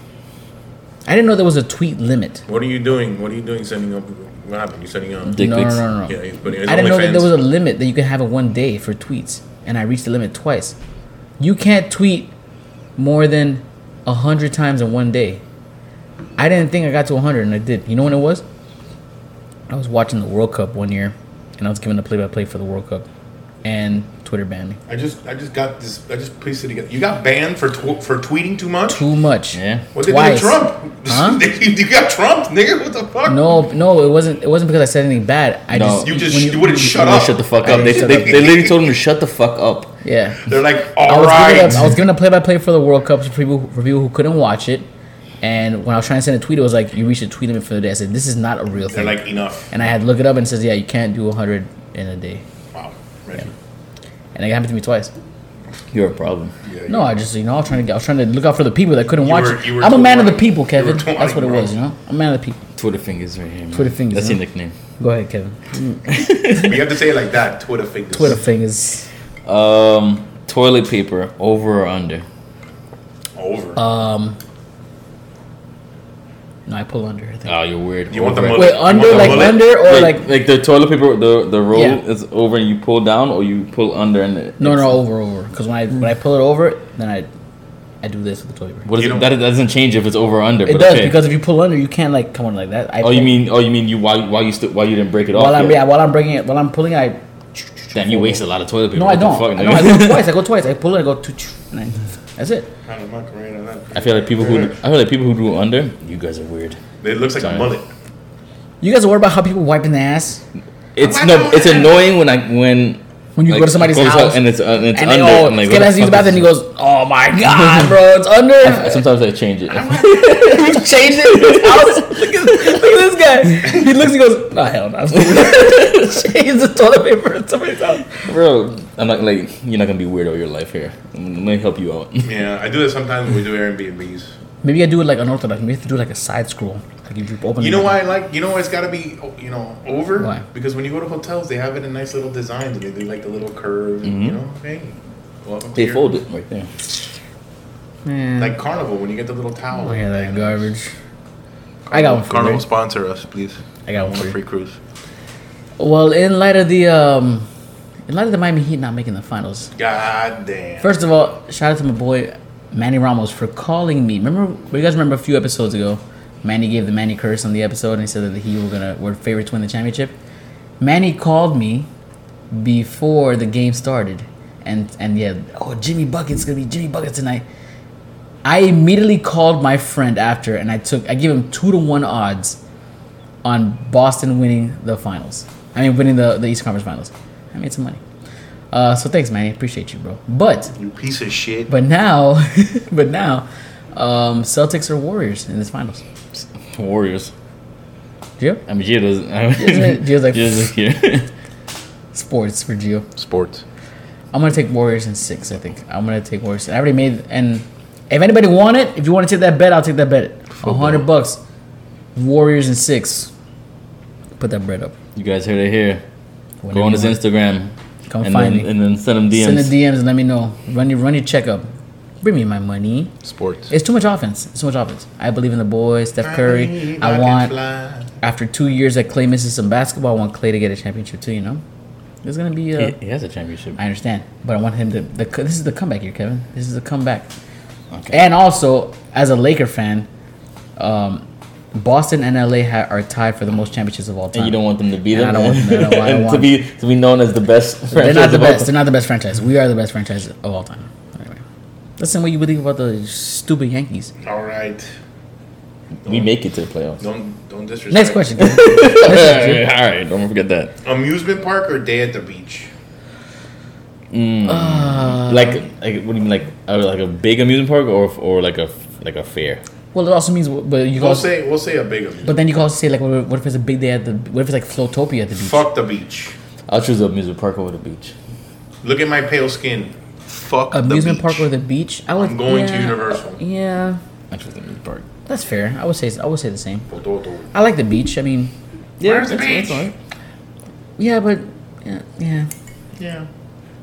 [SPEAKER 2] I didn't know there was a tweet limit.
[SPEAKER 1] What are you doing? What are you doing? Sending up? What happened? You sending up?
[SPEAKER 3] Dick
[SPEAKER 2] no, no,
[SPEAKER 3] pics.
[SPEAKER 2] no, no, no.
[SPEAKER 1] Yeah, he's putting his
[SPEAKER 2] I didn't know that
[SPEAKER 1] OnlyFans.
[SPEAKER 2] there was a limit that you could have in one day for tweets, and I reached the limit twice. You can't tweet more than hundred times in one day. I didn't think I got to hundred, and I did. You know when it was? I was watching the World Cup one year, and I was giving the play-by-play for the World Cup, and Twitter banned me.
[SPEAKER 1] I just, I just got this. I just pieced it together. You got banned for tw- for tweeting too much.
[SPEAKER 2] Too much.
[SPEAKER 3] Yeah.
[SPEAKER 1] What they did
[SPEAKER 2] Twice.
[SPEAKER 1] to Trump?
[SPEAKER 2] Huh?
[SPEAKER 1] you got Trump, nigga. What the fuck?
[SPEAKER 2] No, no, it wasn't. It wasn't because I said anything bad. I
[SPEAKER 3] No.
[SPEAKER 2] just
[SPEAKER 1] you just
[SPEAKER 2] when
[SPEAKER 1] you, wouldn't shut
[SPEAKER 3] Oh,
[SPEAKER 1] up.
[SPEAKER 3] shut the fuck
[SPEAKER 2] I
[SPEAKER 3] up. They,
[SPEAKER 2] shut
[SPEAKER 3] they,
[SPEAKER 2] up.
[SPEAKER 3] they literally told him to shut the fuck up.
[SPEAKER 2] yeah.
[SPEAKER 1] They're like,
[SPEAKER 2] I
[SPEAKER 1] all
[SPEAKER 2] was, giving
[SPEAKER 1] right.
[SPEAKER 2] up- I was giving a play-by-play for the World Cup for people for people who couldn't watch it, and when I was trying to send a tweet, it was like you reached a tweet limit for the day. I said this is not a real
[SPEAKER 1] They're
[SPEAKER 2] thing,
[SPEAKER 1] like, enough.
[SPEAKER 2] and I had to look it up and it says yeah, you can't do hundred in a day,
[SPEAKER 1] Wow. Reggie.
[SPEAKER 2] and it happened to me twice.
[SPEAKER 3] You're a problem.
[SPEAKER 1] Yeah,
[SPEAKER 2] No, I just you know I was trying to get, I was trying to look out for the people that couldn't watch
[SPEAKER 1] were-
[SPEAKER 2] it.
[SPEAKER 1] you were
[SPEAKER 2] I'm a man of the
[SPEAKER 1] 20.
[SPEAKER 2] people,
[SPEAKER 1] You were
[SPEAKER 2] Kevin.
[SPEAKER 1] 20,
[SPEAKER 2] That's what it
[SPEAKER 1] bro.
[SPEAKER 2] was, you know. I'm a man of the people.
[SPEAKER 3] Twitter fingers right here. Man.
[SPEAKER 2] Twitter fingers,
[SPEAKER 3] That's
[SPEAKER 2] huh?
[SPEAKER 3] your nickname.
[SPEAKER 2] Go ahead, Kevin.
[SPEAKER 1] you have to say it like that. Twitter fingers.
[SPEAKER 2] Twitter fingers.
[SPEAKER 3] Um, toilet paper over or under?
[SPEAKER 1] Over.
[SPEAKER 2] Uh, No, I pull under. I think.
[SPEAKER 3] Oh, you're weird.
[SPEAKER 1] you want the
[SPEAKER 3] Over.
[SPEAKER 1] mullet?
[SPEAKER 2] Wait,
[SPEAKER 1] you want
[SPEAKER 2] under
[SPEAKER 1] the
[SPEAKER 2] like
[SPEAKER 1] mullet?
[SPEAKER 2] under or
[SPEAKER 3] Like,
[SPEAKER 2] like
[SPEAKER 3] like the toilet paper, the the roll
[SPEAKER 2] Yeah.
[SPEAKER 3] is over and you pull down, or you pull under and it-
[SPEAKER 2] No,
[SPEAKER 3] it's-
[SPEAKER 2] no, over, over. Because when I when I pull it over, then I I do this with the toilet paper.
[SPEAKER 3] What is
[SPEAKER 1] You
[SPEAKER 3] it?
[SPEAKER 1] don't-
[SPEAKER 3] That doesn't change if it's over or under.
[SPEAKER 2] It
[SPEAKER 3] but
[SPEAKER 2] does
[SPEAKER 3] okay.
[SPEAKER 2] because if you pull under, you can't like come on like that. I
[SPEAKER 3] Oh, you
[SPEAKER 2] pull-
[SPEAKER 3] mean? Oh, you mean you while while you st- while you didn't break it off?
[SPEAKER 2] while I'm
[SPEAKER 3] yet?
[SPEAKER 2] yeah while I'm breaking it while I'm pulling it. I,
[SPEAKER 3] Damn, you waste a lot of toilet paper.
[SPEAKER 2] no, I
[SPEAKER 3] What the
[SPEAKER 2] don't.
[SPEAKER 3] fuck,
[SPEAKER 2] I,
[SPEAKER 3] nigga?
[SPEAKER 2] no, I go twice. I go twice. I pull it. I go two. And I, that's it.
[SPEAKER 1] Kind of Macarena, that-
[SPEAKER 3] I feel like people who I feel like people who do under, you guys are weird.
[SPEAKER 1] It looks like
[SPEAKER 3] Sorry.
[SPEAKER 1] a mullet.
[SPEAKER 2] You guys are worried about how people wiping their ass
[SPEAKER 3] It's no, it's annoying when I when
[SPEAKER 2] when you
[SPEAKER 3] like,
[SPEAKER 2] go to somebody's
[SPEAKER 3] goes out
[SPEAKER 2] house
[SPEAKER 3] and it's uh, and it's
[SPEAKER 2] and they oh,
[SPEAKER 3] under.
[SPEAKER 2] all
[SPEAKER 3] I'm like,
[SPEAKER 2] get
[SPEAKER 3] what
[SPEAKER 2] us to use the
[SPEAKER 3] fuck
[SPEAKER 2] bathroom.
[SPEAKER 3] is
[SPEAKER 2] And he goes, "Oh my god, bro, it's
[SPEAKER 3] this?
[SPEAKER 2] under."
[SPEAKER 3] Sometimes I change it.
[SPEAKER 2] You changed it. in his house. Look at, look at this guy. He looks. He goes, "Nah, hell no." Change the toilet paper in somebody's house.
[SPEAKER 3] Bro, I'm not like you're not gonna be weird all your life here. I'm gonna help you out.
[SPEAKER 1] Yeah, I do that sometimes when we do Airbnbs.
[SPEAKER 2] Maybe I do it like unorthodox. Maybe I have to do like a side scroll. Like if you open.
[SPEAKER 1] You
[SPEAKER 2] it
[SPEAKER 1] know
[SPEAKER 2] like-
[SPEAKER 1] why I like? You know why it's got to be, oh, you know, over?
[SPEAKER 2] Why?
[SPEAKER 1] Because when you go to hotels, they have it in nice little designs, and they do like the little curve, and,
[SPEAKER 2] Mm-hmm.
[SPEAKER 1] you know. Hey, welcome to
[SPEAKER 3] They
[SPEAKER 1] your-
[SPEAKER 3] fold it right there.
[SPEAKER 1] Like carnival when you get the little towel.
[SPEAKER 2] Oh yeah, that garbage. I got one for
[SPEAKER 1] Carnival
[SPEAKER 2] you.
[SPEAKER 1] sponsor us, please.
[SPEAKER 2] I got one
[SPEAKER 1] want
[SPEAKER 2] for
[SPEAKER 1] a
[SPEAKER 2] you.
[SPEAKER 1] free cruise.
[SPEAKER 2] Well, in light of the um, in light of the Miami Heat not making the finals,
[SPEAKER 1] God damn.
[SPEAKER 2] first of all, shout out to my boy Manny Ramos for calling me. Remember, you guys remember a few episodes ago, Manny gave the Manny curse on the episode and he said that the Heat were gonna were favorites to win the championship. Manny called me before the game started, and and yeah, oh Jimmy Bucket's gonna be Jimmy Bucket tonight. I immediately called my friend after, and I took I gave him two to one odds on Boston winning the finals. I mean, winning the, the East Conference Finals. I made some money. Uh, so thanks, man. I appreciate you, bro. But
[SPEAKER 1] you piece of shit.
[SPEAKER 2] but now, but now, um, Celtics are Warriors in this finals.
[SPEAKER 3] Warriors.
[SPEAKER 2] Gio,
[SPEAKER 3] I mean, Gio doesn't. I
[SPEAKER 2] Gio's like- Gio's like-
[SPEAKER 3] Gio's here.
[SPEAKER 2] sports for Gio.
[SPEAKER 1] Sports.
[SPEAKER 2] I'm gonna take Warriors in six. I think I'm gonna take Warriors. I already made and if anybody want it, if you want to take that bet, I'll take that bet. A hundred bucks. Warriors in six. Put that bread up.
[SPEAKER 3] you guys heard it here.
[SPEAKER 2] Whenever
[SPEAKER 3] Go on
[SPEAKER 2] you
[SPEAKER 3] his
[SPEAKER 2] want.
[SPEAKER 3] Instagram.
[SPEAKER 2] Come
[SPEAKER 3] and
[SPEAKER 2] find
[SPEAKER 3] then,
[SPEAKER 2] me.
[SPEAKER 3] And then send him DMs.
[SPEAKER 2] Send the DMs and let me know. Run your run your checkup. Bring me my money.
[SPEAKER 1] Sports.
[SPEAKER 2] It's too much offense. It's too much offense. I believe in the boys, Steph Curry. I
[SPEAKER 1] can
[SPEAKER 2] want
[SPEAKER 1] fly.
[SPEAKER 2] after two years that Clay misses some basketball, I want Clay to get a championship too. You know, it's gonna be. Uh,
[SPEAKER 3] He, he has a championship.
[SPEAKER 2] I understand, but I want him to. The, this is the comeback year, Kevin. This is the comeback.
[SPEAKER 3] Okay.
[SPEAKER 2] And also, as a Laker fan, um, Boston and LA ha- are tied for the most championships of all time.
[SPEAKER 3] And you don't want them to be
[SPEAKER 2] And
[SPEAKER 3] there.
[SPEAKER 2] I don't want them- I don't- I don't
[SPEAKER 3] And to
[SPEAKER 2] want-
[SPEAKER 3] be to be known as the best.
[SPEAKER 2] They're
[SPEAKER 3] franchise
[SPEAKER 2] not the
[SPEAKER 3] of all
[SPEAKER 2] best. They're
[SPEAKER 3] time.
[SPEAKER 2] not the best franchise. We are the best franchise of all time. Anyway, that's the way you believe about the stupid Yankees.
[SPEAKER 1] All right.
[SPEAKER 3] We make it to the playoffs.
[SPEAKER 1] Don't don't disrespect.
[SPEAKER 2] Next question. Kevin.
[SPEAKER 3] All right, all right, don't forget that.
[SPEAKER 1] Amusement park or day at the beach?
[SPEAKER 3] like, like, what do you mean, like, uh, like a big amusement park or or like a like a fair?
[SPEAKER 2] well, it also means, but you
[SPEAKER 1] We'll
[SPEAKER 2] also
[SPEAKER 1] say we'll say a big amusement.
[SPEAKER 2] But then you can also say like, what what if it's a big day at the? What if it's like Flowtopia at the beach?
[SPEAKER 1] Fuck the beach.
[SPEAKER 3] I'll choose the amusement park over the beach.
[SPEAKER 1] Look at my pale skin. Fuck
[SPEAKER 2] Amusement
[SPEAKER 1] the beach.
[SPEAKER 2] park or the beach? I would.
[SPEAKER 1] I'm going to
[SPEAKER 2] yeah,
[SPEAKER 1] Universal.
[SPEAKER 2] Yeah,
[SPEAKER 3] I choose the amusement park.
[SPEAKER 2] that's fair. I would say I would say the same.
[SPEAKER 1] Pototo.
[SPEAKER 2] I like the beach. I mean,
[SPEAKER 3] Yeah,
[SPEAKER 1] Where's the beach?
[SPEAKER 3] alright.
[SPEAKER 2] yeah, but yeah, yeah,
[SPEAKER 1] Yeah.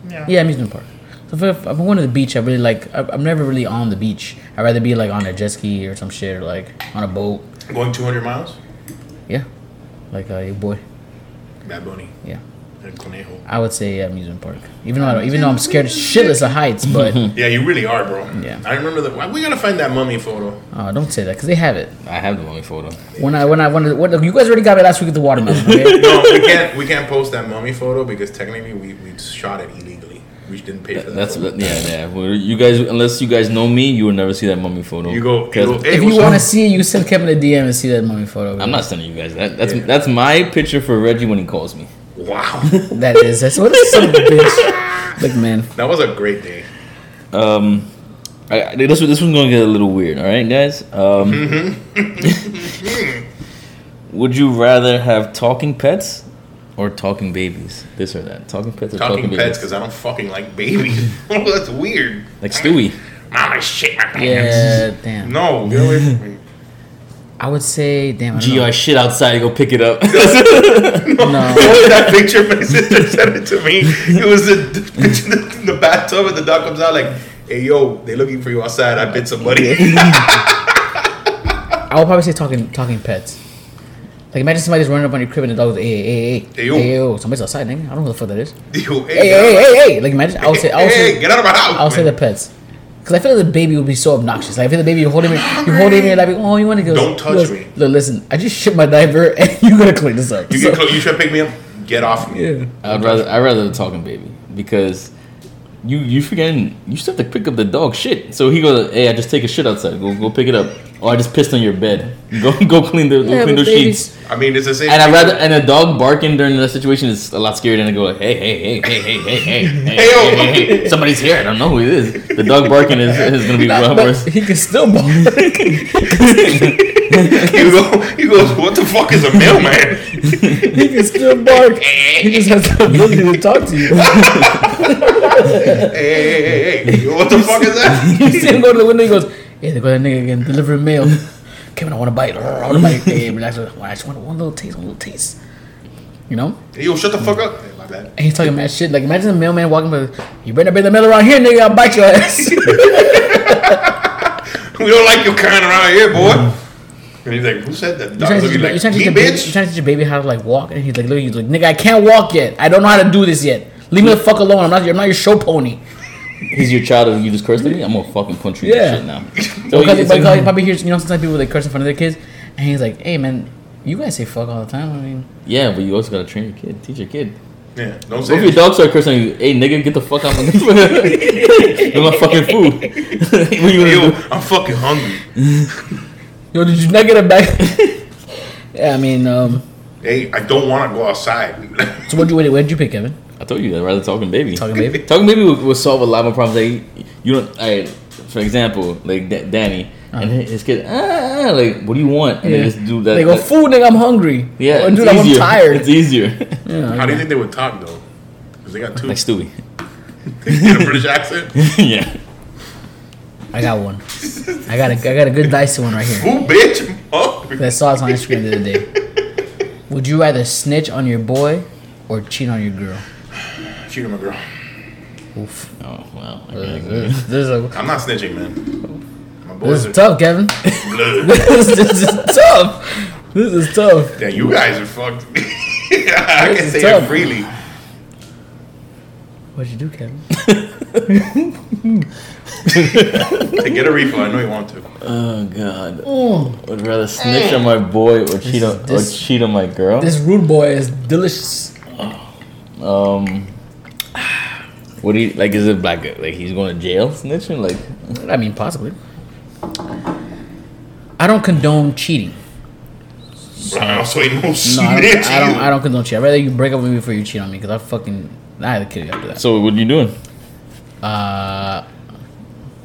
[SPEAKER 1] Yeah.
[SPEAKER 2] yeah amusement park. So if, if I'm going to the beach, I really like. I, I'm never really on the beach. I'd rather be like on a jet ski or some shit, or like on a boat.
[SPEAKER 1] Going 200 miles.
[SPEAKER 2] Yeah, like uh, your boy.
[SPEAKER 1] Bad Bunny
[SPEAKER 2] Yeah,
[SPEAKER 1] and Conejo.
[SPEAKER 2] I would say amusement park. Even though I don't, even though I'm scared shitless of heights, but
[SPEAKER 1] Yeah, you really are, bro.
[SPEAKER 2] Yeah.
[SPEAKER 1] I remember that. We gotta find that mummy photo.
[SPEAKER 2] uh, don't say that because they have it.
[SPEAKER 3] I have the mummy photo.
[SPEAKER 2] When I when I when, I- when you guys already got me last week with the watermelon. Okay?
[SPEAKER 1] No, we can't. We can't post that mummy photo because technically we, we shot it illegally. We didn't pay for that.
[SPEAKER 3] That's
[SPEAKER 1] photo.
[SPEAKER 3] yeah, yeah. Well, you guys, unless you guys know me, you will never see that mummy photo.
[SPEAKER 1] You go. You
[SPEAKER 3] 'Cause
[SPEAKER 1] go hey,
[SPEAKER 2] if you
[SPEAKER 1] what's
[SPEAKER 2] want to
[SPEAKER 1] up?
[SPEAKER 2] see, it, you send Kevin a DM and see that mummy photo.
[SPEAKER 3] I'm not sending you guys that. That's
[SPEAKER 1] Yeah.
[SPEAKER 3] that's my picture for Reggie when he calls me.
[SPEAKER 1] Wow,
[SPEAKER 2] That is that's what a son of a bitch. Look, man,
[SPEAKER 1] that was a great day.
[SPEAKER 3] Um, I, I- this this one's gonna get a little weird. All right, guys. Um, would you rather have talking pets or talking babies? This or that. Talking pets or talking,
[SPEAKER 1] Talking pets
[SPEAKER 3] babies?
[SPEAKER 1] because I don't fucking like babies. That's weird.
[SPEAKER 3] Like Stewie.
[SPEAKER 1] Mama, shit my pants.
[SPEAKER 2] yeah, damn.
[SPEAKER 1] No, get away from me.
[SPEAKER 2] I would say, damn. I don't
[SPEAKER 3] Gee, I shit outside. Go pick it up.
[SPEAKER 2] know. no,
[SPEAKER 1] that picture my sister sent it to me. It was the the picture in the bathtub and the dog comes out like, "Hey yo, they looking for you outside. I bit somebody."
[SPEAKER 2] I would probably say talking talking pets. Like imagine somebody's running up on your crib and the dog's hey hey hey
[SPEAKER 1] Hey, yo.
[SPEAKER 2] hey hey yo somebody's outside nigga I don't know who the fuck that is
[SPEAKER 1] Yo,
[SPEAKER 2] hey
[SPEAKER 1] get
[SPEAKER 2] hey
[SPEAKER 1] out.
[SPEAKER 2] hey hey like imagine I would say I would
[SPEAKER 1] Hey,
[SPEAKER 2] say
[SPEAKER 1] get out of my house.
[SPEAKER 2] I would say the pets because I feel like the baby would be so obnoxious like I feel the baby you hold him in, you hold him in like oh you want to go
[SPEAKER 1] Don't touch
[SPEAKER 2] Look,
[SPEAKER 1] me.
[SPEAKER 2] look listen I just shit my diaper and you gotta clean this up
[SPEAKER 1] You
[SPEAKER 2] So-
[SPEAKER 1] get close. You should pick me up. Get off me.
[SPEAKER 2] yeah.
[SPEAKER 3] I'd rather I'd rather the talking baby because you you forgetting you still have to pick up the dog shit. So he goes, hey, I just take a shit outside. Go go pick it up. Oh, I just pissed on your bed. Go go clean the go
[SPEAKER 2] Yeah,
[SPEAKER 3] clean
[SPEAKER 2] but
[SPEAKER 3] the
[SPEAKER 2] babies-
[SPEAKER 3] sheets.
[SPEAKER 1] I mean, it's the same.
[SPEAKER 3] And I
[SPEAKER 1] thing.
[SPEAKER 3] rather and a dog barking during that situation is a lot scarier than I go like, hey hey hey hey hey hey hey hey, hey, hey, hey, hey. somebody's here. I don't know who it is. The dog barking is, is gonna be a lot
[SPEAKER 2] But
[SPEAKER 3] worse.
[SPEAKER 2] He can still bark.
[SPEAKER 1] you go. He goes. What the fuck is a mailman?
[SPEAKER 2] he can still bark. He just has the ability to talk to you.
[SPEAKER 1] hey, hey, hey, hey, hey. What the fuck is that?
[SPEAKER 2] You see him go to the window. He goes, "Hey, they go that nigga again delivering mail." Kevin, I want to bite. I want to bite. Hey, relax. Well, I just want one little taste. One little taste. You know.
[SPEAKER 1] Yo, shut the fuck up. Hey, my bad.
[SPEAKER 2] And he's talking mad shit. Like imagine the mailman walking by. You better bring the mail around here, nigga. I'll bite your ass.
[SPEAKER 1] We don't like your kind around here, boy. And he's like, who said that? The dog's
[SPEAKER 2] You're trying, to teach,
[SPEAKER 1] looking like,
[SPEAKER 2] you're trying to
[SPEAKER 1] me,
[SPEAKER 2] teach the baby, you're
[SPEAKER 1] bitch?
[SPEAKER 2] trying to teach your baby how to like walk, and he's like, look at you, like nigga, I can't walk yet. I don't know how to do this yet. Leave me the fuck alone. I'm not, I'm not your show pony.
[SPEAKER 3] He's your child, and you just cursed at me. I'm gonna fucking punch you
[SPEAKER 2] Oh, Yeah.
[SPEAKER 3] in the shit now. So
[SPEAKER 2] because
[SPEAKER 3] it's
[SPEAKER 2] because
[SPEAKER 3] like-
[SPEAKER 2] he probably hears, you know, sometimes people they curse in front of their kids, and he's like, hey man, you guys say fuck all the time. I mean,
[SPEAKER 3] yeah, but you also gotta train your kid, teach your kid.
[SPEAKER 1] Yeah, don't
[SPEAKER 3] What
[SPEAKER 1] say
[SPEAKER 3] if your
[SPEAKER 1] it.
[SPEAKER 3] dog start cursing you? Hey, nigga, get the fuck out of my Get my fucking food. what you gonna
[SPEAKER 1] Yo,
[SPEAKER 3] do?
[SPEAKER 1] I'm fucking hungry.
[SPEAKER 2] yo, did you not get it back? yeah, I mean, um,
[SPEAKER 1] Hey, I don't want to go outside.
[SPEAKER 2] so what'd you what would you pick, Kevin?
[SPEAKER 3] I told you, I'd rather talking baby.
[SPEAKER 2] Talking baby.
[SPEAKER 3] Talking maybe would, would solve a lot more problems. Like you don't, I, for example, like Da- Danny and his kid. Ah, like what do you want? And they just do that.
[SPEAKER 2] Uh-huh. They go
[SPEAKER 3] that-
[SPEAKER 2] food, nigga. I'm hungry.
[SPEAKER 3] yeah,
[SPEAKER 2] oh,
[SPEAKER 3] it's
[SPEAKER 2] dude, I'm
[SPEAKER 3] easier.
[SPEAKER 2] tired.
[SPEAKER 3] It's easier.
[SPEAKER 1] How do you think they would talk though? Because they got two
[SPEAKER 3] like Stewie.
[SPEAKER 1] in a British accent.
[SPEAKER 3] yeah.
[SPEAKER 2] I got one. I got a I got a good dicey one right here.
[SPEAKER 1] Who, bitch? Oh, I'm hungry.
[SPEAKER 2] I saw this on Instagram the other day. Would you rather snitch on your boy or cheat on your girl?
[SPEAKER 1] Cheating my girl.
[SPEAKER 2] Oof.
[SPEAKER 3] Oh wow. I
[SPEAKER 2] This
[SPEAKER 3] mean,
[SPEAKER 2] is, this is a-
[SPEAKER 1] I'm not snitching, man. My
[SPEAKER 2] this
[SPEAKER 1] boys
[SPEAKER 2] is
[SPEAKER 1] are
[SPEAKER 2] tough, Kevin.
[SPEAKER 1] blood.
[SPEAKER 2] this, is- this is tough. This is tough.
[SPEAKER 1] Yeah, you guys are fucked. I can
[SPEAKER 2] This is
[SPEAKER 1] say
[SPEAKER 2] tough.
[SPEAKER 1] it freely.
[SPEAKER 2] What'd you do, Kevin?
[SPEAKER 1] To get a refund, I know you want to.
[SPEAKER 3] oh god. Would rather snitch on my boy or cheat on
[SPEAKER 2] this-
[SPEAKER 3] or cheat on my girl.
[SPEAKER 2] This rude boy is delicious.
[SPEAKER 3] Um, what do you like? Is it like like he's going to jail snitching? Like,
[SPEAKER 2] I mean, possibly. I don't condone cheating.
[SPEAKER 1] so you know,
[SPEAKER 2] No, I don't.
[SPEAKER 1] snitch.
[SPEAKER 2] I don't, I don't condone cheating. I'd rather you break up with me before you cheat on me because I fucking I had a kid after that.
[SPEAKER 3] so what are you doing?
[SPEAKER 2] Uh,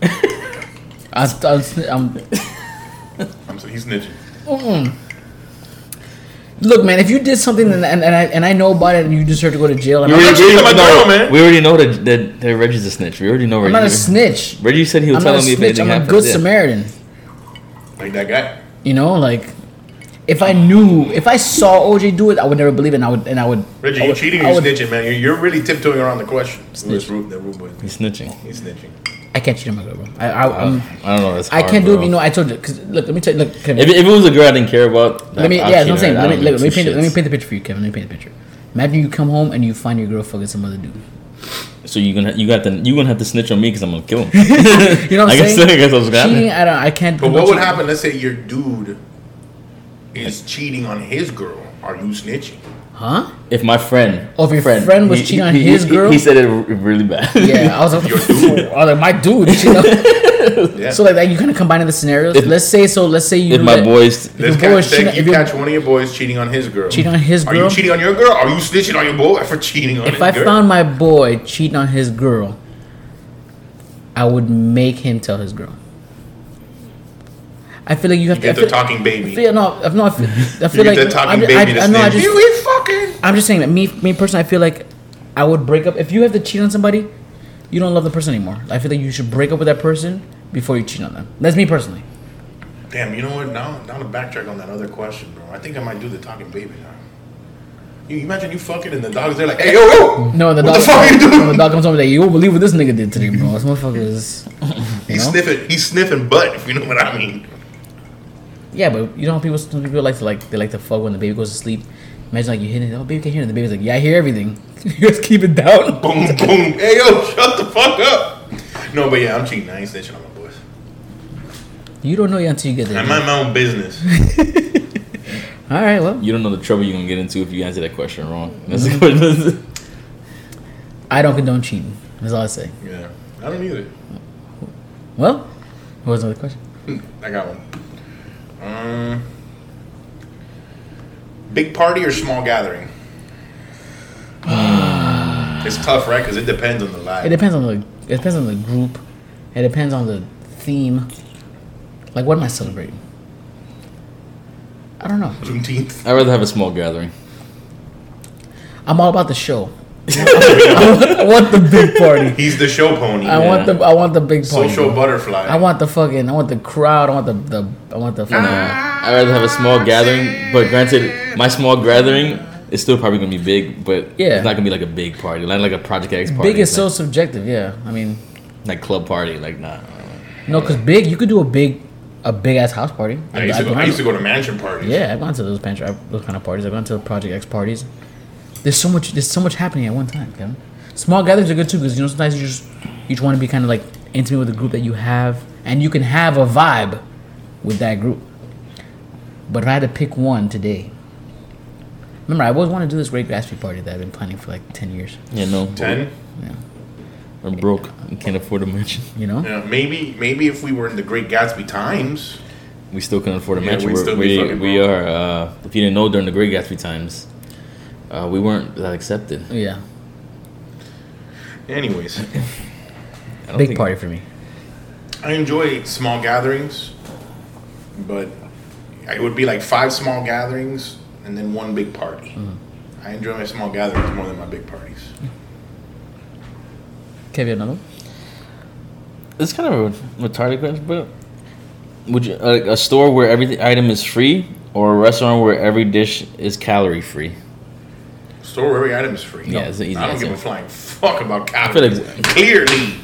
[SPEAKER 2] I, I, I'm
[SPEAKER 1] I'm so he's snitching.
[SPEAKER 2] Look, man, if you did something and, and, and, I, and I know about it and you deserve to go to jail, and I'm,
[SPEAKER 1] You're-
[SPEAKER 2] not,
[SPEAKER 1] not cheating on my girl, man.
[SPEAKER 3] we already know that, that that Reggie's a snitch. We already know
[SPEAKER 2] I'm
[SPEAKER 3] Reggie.
[SPEAKER 2] not a snitch.
[SPEAKER 3] Reggie said he
[SPEAKER 2] I'm
[SPEAKER 3] was
[SPEAKER 2] not a
[SPEAKER 3] telling me if
[SPEAKER 2] snitch.
[SPEAKER 3] anything
[SPEAKER 2] I'm a
[SPEAKER 3] happened.
[SPEAKER 2] good
[SPEAKER 3] yeah.
[SPEAKER 2] Samaritan.
[SPEAKER 1] Like that guy.
[SPEAKER 2] You know, like if I knew, if I saw OJ do it, I would never believe it. And I would, and I would.
[SPEAKER 1] Reggie,
[SPEAKER 2] I
[SPEAKER 1] you
[SPEAKER 2] would,
[SPEAKER 1] cheating or
[SPEAKER 2] I,
[SPEAKER 1] you
[SPEAKER 2] would,
[SPEAKER 1] snitching, man? You're, you're really tiptoeing around the question. Who is Rude, that Rude boy?
[SPEAKER 3] He's snitching.
[SPEAKER 1] He's snitching.
[SPEAKER 2] I can't cheat on my girl, bro. I, I,
[SPEAKER 1] Oh.
[SPEAKER 2] I'm,
[SPEAKER 3] I don't know. That's
[SPEAKER 2] Mm. I
[SPEAKER 3] hard,
[SPEAKER 2] can't do it.
[SPEAKER 3] bro.
[SPEAKER 2] You know, I told you. Cause look, let me tell you. Look, Kevin,
[SPEAKER 3] If, if it was a girl I didn't care about,
[SPEAKER 2] let me.
[SPEAKER 3] I'd
[SPEAKER 2] Yeah, that's
[SPEAKER 3] cheat
[SPEAKER 2] what I'm
[SPEAKER 3] on
[SPEAKER 2] saying.
[SPEAKER 3] her. I
[SPEAKER 2] Let me,
[SPEAKER 3] don't
[SPEAKER 2] let,
[SPEAKER 3] give
[SPEAKER 2] me
[SPEAKER 3] two
[SPEAKER 2] paint. the- Let me
[SPEAKER 3] shits.
[SPEAKER 2] paint the picture for you, Kevin. Let me paint the picture. Imagine you come home and you find your girl fucking some other dude.
[SPEAKER 3] So you gonna you got to you gonna have to snitch on me because I'm gonna kill him.
[SPEAKER 2] You know what
[SPEAKER 3] I
[SPEAKER 2] I'm
[SPEAKER 3] guess
[SPEAKER 2] saying?
[SPEAKER 3] I guess I was
[SPEAKER 2] cheating,
[SPEAKER 3] grabbing.
[SPEAKER 2] I don't. I can't.
[SPEAKER 1] But
[SPEAKER 2] do
[SPEAKER 1] what would
[SPEAKER 2] cheating.
[SPEAKER 1] happen? Let's say your dude is cheating on his girl. Are you snitching?
[SPEAKER 2] Huh?
[SPEAKER 3] If my friend,
[SPEAKER 2] Oh, if your friend was cheating on his
[SPEAKER 3] he-
[SPEAKER 2] girl?
[SPEAKER 3] he said it really bad.
[SPEAKER 2] Yeah, I was like,
[SPEAKER 1] Your dude.
[SPEAKER 2] I was like my dude. You know?
[SPEAKER 1] Yeah.
[SPEAKER 2] so like that, you kind of combining the scenarios.
[SPEAKER 3] If-
[SPEAKER 2] let's say so. Let's say you
[SPEAKER 3] if my
[SPEAKER 2] let-
[SPEAKER 3] boys,
[SPEAKER 1] Let's
[SPEAKER 2] your boy
[SPEAKER 1] catch,
[SPEAKER 2] is cheating-
[SPEAKER 1] say you
[SPEAKER 2] if your-
[SPEAKER 1] catch one of your boys cheating on his girl.
[SPEAKER 2] Cheating on his
[SPEAKER 1] Are
[SPEAKER 2] girl?
[SPEAKER 1] you cheating on your girl? Are you snitching on your boy for cheating on
[SPEAKER 2] If
[SPEAKER 1] his
[SPEAKER 2] I
[SPEAKER 1] girl?
[SPEAKER 2] found my boy cheating on his girl, I would make him tell his girl. I feel like you have
[SPEAKER 1] you get
[SPEAKER 2] to.
[SPEAKER 1] the
[SPEAKER 2] I feel,
[SPEAKER 1] talking baby.
[SPEAKER 2] I feel no. I've not. I feel, I
[SPEAKER 1] you
[SPEAKER 2] feel
[SPEAKER 1] get
[SPEAKER 2] like
[SPEAKER 1] the talking
[SPEAKER 2] I'm,
[SPEAKER 1] baby
[SPEAKER 2] I,
[SPEAKER 1] to
[SPEAKER 2] I, no, I
[SPEAKER 1] snitch.
[SPEAKER 2] just,
[SPEAKER 1] You ain't fucking.
[SPEAKER 2] I'm just saying that me, me personally, I feel like I would break up if you have to cheat on somebody. You don't love the person anymore. I feel like you should break up with that person before you cheat on them. That's me personally.
[SPEAKER 1] Damn, you know what? Now, now to backtrack on that other question, bro. I think I might do the talking baby now. You you imagine you fucking and the dogs they're like, hey yo, yo.
[SPEAKER 2] No, the
[SPEAKER 1] what
[SPEAKER 2] dog.
[SPEAKER 1] the fuck are you
[SPEAKER 2] no, the
[SPEAKER 1] doing?
[SPEAKER 2] dog comes over like, you won't believe what this nigga did today, bro. This motherfucker is. You
[SPEAKER 1] He's
[SPEAKER 2] know?
[SPEAKER 1] sniffing, he's sniffing butt. If you know what I mean.
[SPEAKER 2] Yeah, but you know how people some people like to like they like to fuck when the baby goes to sleep. Imagine like you hitting it. Oh, baby can hear it. And the baby's like, yeah, I hear everything. you just keep it down.
[SPEAKER 1] Boom, boom. Hey yo, shut the fuck up. No, but yeah, I'm cheating. I ain't snitching on my boys.
[SPEAKER 2] You don't know yet until you get
[SPEAKER 1] I
[SPEAKER 2] there.
[SPEAKER 1] mind my own business.
[SPEAKER 2] All right, well,
[SPEAKER 3] you don't know the trouble you're gonna get into if you answer that question wrong. That's
[SPEAKER 2] Mm-hmm.
[SPEAKER 3] the question.
[SPEAKER 2] I don't condone cheating. That's all I say.
[SPEAKER 1] Yeah, I don't either.
[SPEAKER 2] Well, what was another question?
[SPEAKER 1] I got one. Um, big party or small gathering? it's tough, right? Because it depends on the vibe.
[SPEAKER 2] It depends on the it depends on the group. It depends on the theme. Like, what am I celebrating? I don't know.
[SPEAKER 1] Juneteenth.
[SPEAKER 3] I'd rather have a small gathering.
[SPEAKER 2] I'm all about the show. I want the big party.
[SPEAKER 1] He's the show pony.
[SPEAKER 2] I want the I want the big party.
[SPEAKER 1] Social
[SPEAKER 2] bro.
[SPEAKER 1] butterfly.
[SPEAKER 2] I want the fucking. I want the crowd. I want the the. I want the.
[SPEAKER 3] Uh,
[SPEAKER 2] Fucking,
[SPEAKER 3] I'd rather have a small gathering, but granted, my small gathering is still probably gonna be big, but
[SPEAKER 2] Yeah.
[SPEAKER 3] it's not gonna be like a big party, like like a Project X
[SPEAKER 1] Ah.
[SPEAKER 3] party,
[SPEAKER 2] big is so
[SPEAKER 3] like,
[SPEAKER 2] subjective. Yeah, I mean,
[SPEAKER 3] like club party, like nah.
[SPEAKER 2] no, because big you could do a big a big ass house party.
[SPEAKER 1] I used, to
[SPEAKER 2] I've
[SPEAKER 1] go,
[SPEAKER 2] gone
[SPEAKER 1] I used to go to mansion parties.
[SPEAKER 2] yeah, I've gone to those pan- uh, those kind of parties. I've gone to Project X parties. There's so much. There's so much happening at one time. Kevin. Small gatherings are good too because you know sometimes you just you just want to be kind of like intimate with the group that you have, and you can have a vibe with that group. But if I had to pick one today, remember I always want to do this Great Gatsby party that I've been planning for like ten years.
[SPEAKER 3] Yeah, no.
[SPEAKER 1] Ten.
[SPEAKER 3] We're broke. We can't afford a mansion.
[SPEAKER 2] You know,
[SPEAKER 1] Yeah, maybe maybe if we were in the Great Gatsby times,
[SPEAKER 3] We still can not afford a
[SPEAKER 1] Yeah,
[SPEAKER 3] mansion.
[SPEAKER 1] we'd
[SPEAKER 3] We're-
[SPEAKER 1] still be
[SPEAKER 3] we
[SPEAKER 1] fucking
[SPEAKER 3] we
[SPEAKER 1] broke.
[SPEAKER 3] are. Uh, if you didn't know, during the Great Gatsby times, uh, we weren't that accepted.
[SPEAKER 2] yeah,
[SPEAKER 1] anyways,
[SPEAKER 3] I don't
[SPEAKER 2] big
[SPEAKER 3] think-
[SPEAKER 2] party for me.
[SPEAKER 1] I enjoy small gatherings, but it would be like five small gatherings and then one big party.
[SPEAKER 3] Mm.
[SPEAKER 1] I enjoy my small gatherings more than my big parties.
[SPEAKER 2] Kevin, another. one?
[SPEAKER 3] It's kind of a retarded question, but would you like a store where every item is free, or a restaurant where every dish is calorie free?
[SPEAKER 1] Store where every item is free.
[SPEAKER 3] Yeah, it's an easy
[SPEAKER 1] I don't
[SPEAKER 3] answer.
[SPEAKER 1] give a flying fuck about
[SPEAKER 3] I feel like-
[SPEAKER 1] calories. Clearly,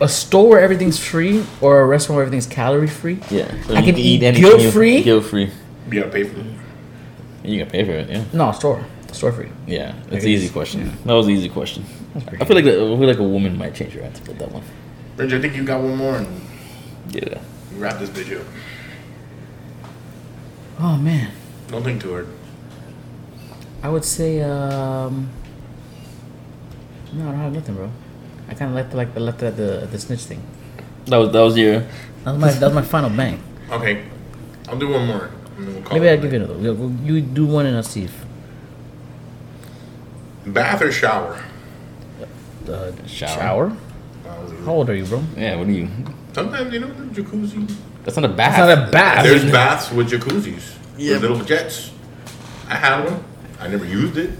[SPEAKER 2] A store where everything's free, or a restaurant where everything's calorie free.
[SPEAKER 3] Yeah,
[SPEAKER 2] I can eat guilt-free?
[SPEAKER 3] Guilt free.
[SPEAKER 1] you gotta pay for it.
[SPEAKER 3] You gotta pay for it. Yeah,
[SPEAKER 2] No, store, store free.
[SPEAKER 3] yeah.
[SPEAKER 2] Like
[SPEAKER 3] That's an easy
[SPEAKER 2] it's-
[SPEAKER 3] question. That was an easy question. I feel like the, I feel like a woman might change her answer with that one.
[SPEAKER 1] Bridge, I think you got one more and
[SPEAKER 3] Yeah.
[SPEAKER 1] we wrap this bitch up.
[SPEAKER 2] Oh man.
[SPEAKER 1] Don't think too hard.
[SPEAKER 2] I would say, um, no, I don't have nothing, bro. I kind of left like left it at the at the snitch thing.
[SPEAKER 3] That was that was your.
[SPEAKER 2] That was my that was my final bang.
[SPEAKER 1] Okay, I'll do one more. And then we'll call
[SPEAKER 2] Maybe
[SPEAKER 1] it
[SPEAKER 2] I'll
[SPEAKER 1] a
[SPEAKER 2] give you
[SPEAKER 1] night.
[SPEAKER 2] another. You you do one and I'll see if
[SPEAKER 1] Bath or shower?
[SPEAKER 2] uh,
[SPEAKER 3] Shower.
[SPEAKER 2] shower. How old are you, bro?
[SPEAKER 3] Yeah. What do you?
[SPEAKER 1] Sometimes you know the jacuzzi.
[SPEAKER 3] That's not a bath.
[SPEAKER 2] That's not a bath.
[SPEAKER 1] There's baths with jacuzzis.
[SPEAKER 3] Yeah.
[SPEAKER 1] With little jets. I had one. I never used it,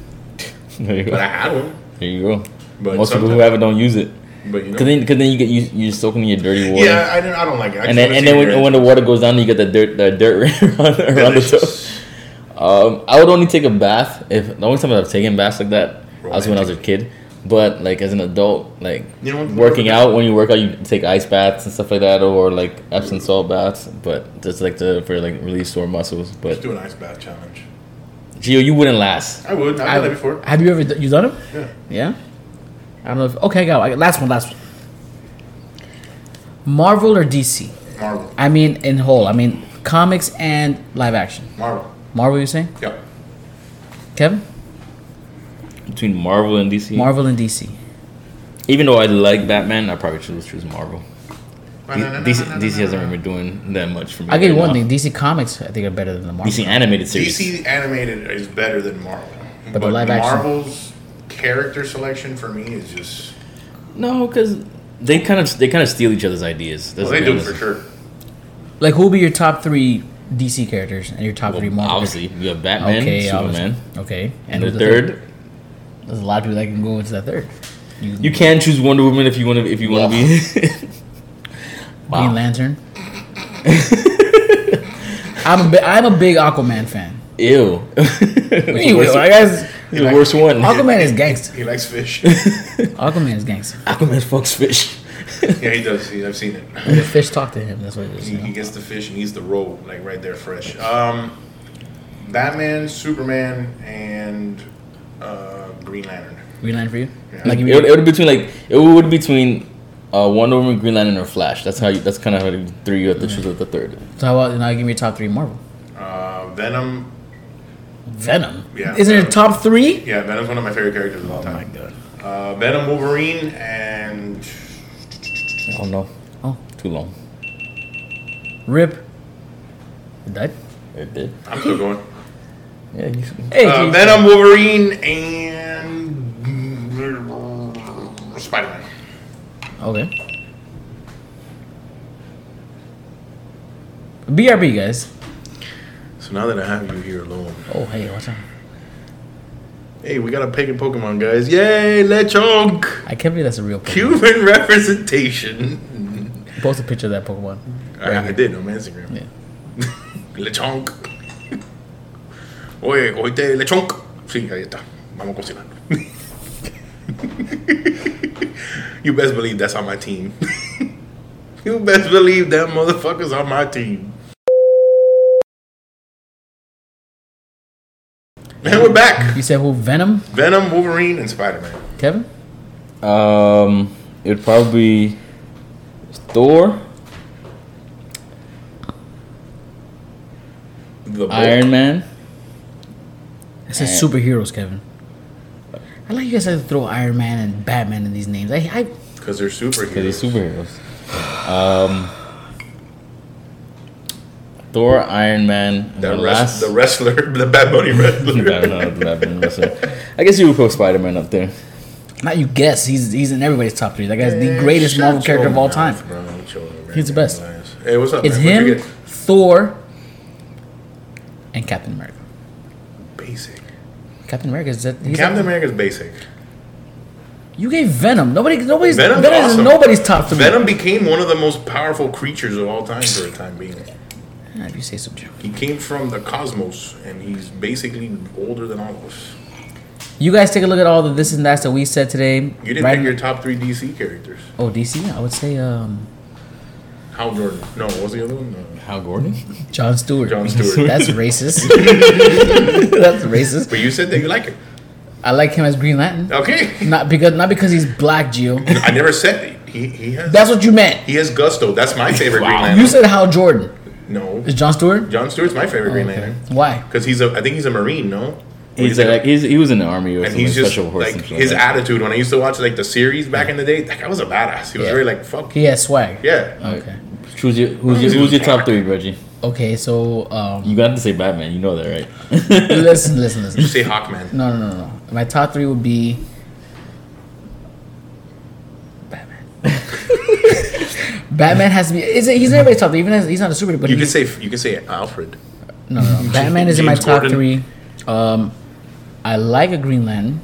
[SPEAKER 3] There you
[SPEAKER 1] but I
[SPEAKER 3] go.
[SPEAKER 1] had one.
[SPEAKER 3] There you go.
[SPEAKER 1] But
[SPEAKER 3] Most people
[SPEAKER 1] sometimes-
[SPEAKER 3] who have it don't use it.
[SPEAKER 1] But you know.
[SPEAKER 3] Cause then, cause then you get you you're soaking in your dirty water.
[SPEAKER 1] yeah, I, didn't, I don't like it. I just
[SPEAKER 3] and then
[SPEAKER 1] wanna
[SPEAKER 3] and
[SPEAKER 1] see
[SPEAKER 3] then
[SPEAKER 1] if
[SPEAKER 3] when,
[SPEAKER 1] they're
[SPEAKER 3] when the water goes down, you get that dirt that dirt around, around the
[SPEAKER 1] delicious.
[SPEAKER 3] top. Um, I would only take a bath if the only time I've taken baths like that was when I was a
[SPEAKER 1] Romantic.
[SPEAKER 3] kid. But like as an adult, like
[SPEAKER 1] You know what?
[SPEAKER 3] working out when you work out, you take ice baths and stuff like that, or like Epsom salt baths. But just like to for like really sore muscles.
[SPEAKER 1] Let's
[SPEAKER 3] But
[SPEAKER 1] do an ice bath challenge.
[SPEAKER 3] Gio, you wouldn't last.
[SPEAKER 1] I would. I've done that before.
[SPEAKER 2] Have you ever d- you done them?
[SPEAKER 1] Yeah.
[SPEAKER 2] Yeah. I don't know. if... Okay, go. I- Last one. Last one. Marvel or DC?
[SPEAKER 1] Marvel.
[SPEAKER 2] I mean, in whole. I mean, comics and live action.
[SPEAKER 1] Marvel.
[SPEAKER 2] Marvel, you saying?
[SPEAKER 1] Yeah.
[SPEAKER 2] Kevin?
[SPEAKER 3] Between Marvel and DC,
[SPEAKER 2] Marvel and DC.
[SPEAKER 3] even though I like Batman, I probably choose choose Marvel. D- DC, DC hasn't really been doing that much for me.
[SPEAKER 2] I'll give you
[SPEAKER 3] right
[SPEAKER 2] one thing.
[SPEAKER 3] now.
[SPEAKER 2] DC comics, I think, are better than the Marvel.
[SPEAKER 3] DC animated series.
[SPEAKER 1] DC animated is better than Marvel.
[SPEAKER 2] But the live action-
[SPEAKER 1] Marvel's character selection for me is just.
[SPEAKER 3] No, because they kind of they kind of steal each other's ideas.
[SPEAKER 1] Well, they do for sure.
[SPEAKER 2] Like, who will be your top three DC characters and your top three Marvel?
[SPEAKER 3] Obviously, you have Batman,
[SPEAKER 2] characters? okay,
[SPEAKER 3] Superman,
[SPEAKER 2] obviously. okay.
[SPEAKER 3] and the
[SPEAKER 2] who's
[SPEAKER 3] third.
[SPEAKER 2] There's a lot of people that can go into that third.
[SPEAKER 3] You can choose Wonder Woman if you want to. If you want to be.
[SPEAKER 2] Green
[SPEAKER 3] wow.
[SPEAKER 2] Lantern. I'm a bi- I'm a big Aquaman fan.
[SPEAKER 3] Ew.
[SPEAKER 2] Anyway, I guess
[SPEAKER 3] He's the worst one.
[SPEAKER 2] Aquaman is gangster.
[SPEAKER 1] He likes fish.
[SPEAKER 2] Aquaman is gangster.
[SPEAKER 3] Aquaman fucks fish.
[SPEAKER 1] yeah, he does. He, I've seen it.
[SPEAKER 2] The fish talk to him. That's what it is.
[SPEAKER 1] He,
[SPEAKER 2] you
[SPEAKER 1] he
[SPEAKER 2] know?
[SPEAKER 1] gets the fish and he's the roll, like right there, fresh. Um, Batman, Superman, and uh, Green Lantern.
[SPEAKER 2] Green Lantern for you?
[SPEAKER 1] Yeah.
[SPEAKER 2] Like you
[SPEAKER 3] It would, it would be between like it would be between uh, Wonder Woman, Green Lantern, or Flash. That's how you. That's kind of how the three you have to choose with the third.
[SPEAKER 2] so how about you know, give me your top three Marvel?
[SPEAKER 1] Uh, Venom.
[SPEAKER 2] Venom.
[SPEAKER 1] Yeah.
[SPEAKER 2] Isn't it top three?
[SPEAKER 1] Yeah, Venom's one of Oh my favorite characters of all time.
[SPEAKER 2] god.
[SPEAKER 1] Uh, Venom, Wolverine, and
[SPEAKER 3] Oh no,
[SPEAKER 2] Oh,
[SPEAKER 3] too long.
[SPEAKER 2] Rip. That.
[SPEAKER 3] It did.
[SPEAKER 1] I'm still going.
[SPEAKER 3] Yeah. You,
[SPEAKER 2] Hey,
[SPEAKER 1] Uh,
[SPEAKER 2] you-
[SPEAKER 1] Venom, Wolverine, and Spider Man.
[SPEAKER 2] Okay. BRB, guys.
[SPEAKER 1] So now that I have you here alone,
[SPEAKER 2] Oh, hey, watch out.
[SPEAKER 1] hey, we got a pagan Pokemon, guys! Yay, Lechonk!
[SPEAKER 2] I can't believe that's a real Pokemon.
[SPEAKER 1] Cuban representation.
[SPEAKER 2] Post a picture of that Pokemon.
[SPEAKER 1] I, I did on my Instagram. Lechonk. Oye, cogiste lechonk. Sí, ahí está. Vamos a cocinar. you best believe that's on my team. You best believe that motherfucker's on my team. And we're back.
[SPEAKER 2] You said who? Venom?
[SPEAKER 1] Venom, Wolverine, and Spider Man.
[SPEAKER 2] Kevin?
[SPEAKER 3] Um, it'd probably be Thor,
[SPEAKER 1] The
[SPEAKER 3] Iron Man.
[SPEAKER 2] I
[SPEAKER 1] Eh.
[SPEAKER 2] said superheroes, Kevin. I like you guys like to throw Iron Man and Batman in these names. I, I
[SPEAKER 1] Because they're
[SPEAKER 3] Because
[SPEAKER 1] superheroes.
[SPEAKER 3] they're superheroes. Um, Thor, Iron Man, and
[SPEAKER 1] the, rest,
[SPEAKER 3] the last.
[SPEAKER 1] the wrestler, the Bad Bunny
[SPEAKER 3] I
[SPEAKER 1] wrestler.
[SPEAKER 3] don't know, the Batman wrestler. I guess you would put Spider Man up there.
[SPEAKER 2] not you guess he's he's in everybody's top three. That guy's the greatest
[SPEAKER 1] Eh, Shut
[SPEAKER 2] Marvel
[SPEAKER 1] your
[SPEAKER 2] character of all
[SPEAKER 1] mouth,
[SPEAKER 2] time.
[SPEAKER 1] bro. Shut your mouth,
[SPEAKER 2] He's the best.
[SPEAKER 1] guys. Hey, what's up?
[SPEAKER 2] It's
[SPEAKER 1] man? Don't
[SPEAKER 2] him,
[SPEAKER 1] forget,
[SPEAKER 2] Thor, and Captain America.
[SPEAKER 1] Basic.
[SPEAKER 2] Captain America is that he's
[SPEAKER 1] Captain America's basic.
[SPEAKER 2] You gave Venom. Nobody, nobody's
[SPEAKER 1] Venom's
[SPEAKER 2] Venom
[SPEAKER 1] awesome.
[SPEAKER 2] is nobody's top three.
[SPEAKER 1] Venom became one of the most powerful creatures of all time for a time being.
[SPEAKER 2] Ah, if you say so, Jim.
[SPEAKER 1] He came from the cosmos, and he's basically older than all of us.
[SPEAKER 2] You guys take a look at all the this and that's that we said today.
[SPEAKER 1] You didn't
[SPEAKER 2] Right-
[SPEAKER 1] pick your top three DC characters.
[SPEAKER 2] oh DC. I would say um,
[SPEAKER 1] Hal Jordan. No, what was the other one? Uh,
[SPEAKER 3] Hal Gordon?
[SPEAKER 2] John Stewart.
[SPEAKER 1] John Stewart.
[SPEAKER 2] That's racist. That's racist.
[SPEAKER 1] but you said that you like it.
[SPEAKER 2] I like him as Green Lantern.
[SPEAKER 1] Okay.
[SPEAKER 2] Not because not because he's black, Gio.
[SPEAKER 1] I never said that. He, he has
[SPEAKER 2] That's what you meant.
[SPEAKER 1] he has gusto. That's my favorite Green Lantern.
[SPEAKER 2] You said Hal Jordan
[SPEAKER 1] no.
[SPEAKER 2] is John Stewart.
[SPEAKER 1] John Stewart's my favorite Green
[SPEAKER 2] Okay.
[SPEAKER 1] Lantern
[SPEAKER 2] Why?
[SPEAKER 1] because he's a. I think he's a Marine. No.
[SPEAKER 3] He's like, he's, he was in the army or
[SPEAKER 1] And
[SPEAKER 3] something.
[SPEAKER 1] he's just
[SPEAKER 3] special
[SPEAKER 1] like
[SPEAKER 3] forces or something
[SPEAKER 1] his
[SPEAKER 3] like that.
[SPEAKER 1] attitude. When I used to watch like the series back in the day, that guy was a badass. He was
[SPEAKER 2] Yeah.
[SPEAKER 1] really like fuck.
[SPEAKER 2] He has swag.
[SPEAKER 1] Yeah.
[SPEAKER 2] Okay.
[SPEAKER 3] Choose your, who's, your, who's your top three, Reggie?
[SPEAKER 2] Okay. So um,
[SPEAKER 3] You got to say Batman. You know that, right?
[SPEAKER 2] listen, listen, listen.
[SPEAKER 1] You say Hawkman.
[SPEAKER 2] No, no, no, no. My top three would be Batman. Batman has to be. Is it, he's in everybody's top three. Even as, he's not a superhero, but
[SPEAKER 1] You
[SPEAKER 2] he,
[SPEAKER 1] can say you can say Alfred.
[SPEAKER 2] no, no, no. Batman is in my
[SPEAKER 1] James
[SPEAKER 2] top
[SPEAKER 1] Gordon.
[SPEAKER 2] three. Um, I like a Green Lantern,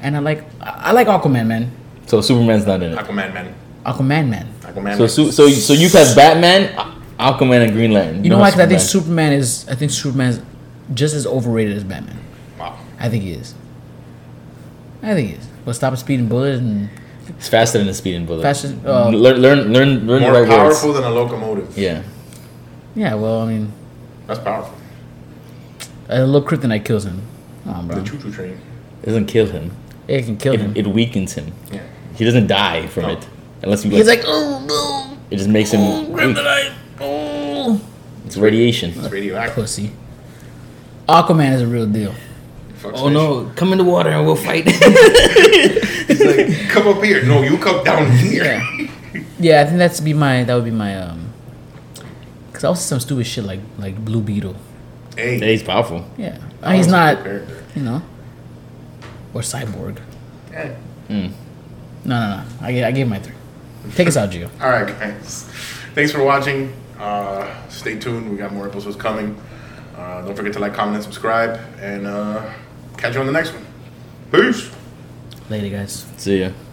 [SPEAKER 2] and I like I I like Aquaman, man.
[SPEAKER 3] So Superman's not in it.
[SPEAKER 1] Aquaman man.
[SPEAKER 2] Aquaman, man.
[SPEAKER 1] Aquaman.
[SPEAKER 3] So
[SPEAKER 1] man.
[SPEAKER 3] su- so so you have Batman, Al- Aquaman, and Green Lantern.
[SPEAKER 2] You know why? 'Cause I think
[SPEAKER 3] Superman.
[SPEAKER 2] Superman is. I think Superman is just as overrated as Batman.
[SPEAKER 1] wow.
[SPEAKER 2] I think he is. I think he is. But stop speeding bullets and
[SPEAKER 3] It's faster than a speeding bullet.
[SPEAKER 2] Faster- uh,
[SPEAKER 3] learn learn learn learn
[SPEAKER 1] More
[SPEAKER 3] the right
[SPEAKER 1] powerful
[SPEAKER 3] words.
[SPEAKER 1] than a locomotive.
[SPEAKER 3] Yeah.
[SPEAKER 2] yeah. Well, I mean.
[SPEAKER 1] That's powerful.
[SPEAKER 2] A little kryptonite kills him. Oh, bro.
[SPEAKER 1] The choo choo train.
[SPEAKER 3] It doesn't kill him.
[SPEAKER 2] It can kill him.
[SPEAKER 3] It, it weakens him.
[SPEAKER 1] Yeah.
[SPEAKER 3] He doesn't die from
[SPEAKER 1] No.
[SPEAKER 3] it. Unless you
[SPEAKER 2] He's
[SPEAKER 3] like,
[SPEAKER 2] like, oh
[SPEAKER 3] it just makes him
[SPEAKER 2] no,
[SPEAKER 3] weak.
[SPEAKER 2] kryptonite, oh,
[SPEAKER 3] It's radiation.
[SPEAKER 1] It's radioactive.
[SPEAKER 2] pussy. Aquaman is a real deal.
[SPEAKER 1] Fuck
[SPEAKER 3] Oh no, come in the water and we'll fight.
[SPEAKER 1] station. Like, come up here. No, you come down here.
[SPEAKER 2] Yeah, yeah. I think that's be my. That would be my. Um, cause I also some stupid shit like like Blue Beetle.
[SPEAKER 1] Hey,
[SPEAKER 3] yeah, he's powerful.
[SPEAKER 2] Yeah,
[SPEAKER 1] that was
[SPEAKER 2] he's
[SPEAKER 1] a
[SPEAKER 2] not.
[SPEAKER 1] cool character.
[SPEAKER 2] You know, or Cyborg.
[SPEAKER 1] Eh.
[SPEAKER 2] No, no, no. I get. I gave my three. Take us out, Gio.
[SPEAKER 1] All right, guys. Thanks for watching. Uh, stay tuned. We got more episodes coming. Uh, don't forget to like, comment, and subscribe. And uh, catch you on the next one. Peace.
[SPEAKER 2] Later, guys.
[SPEAKER 3] See ya.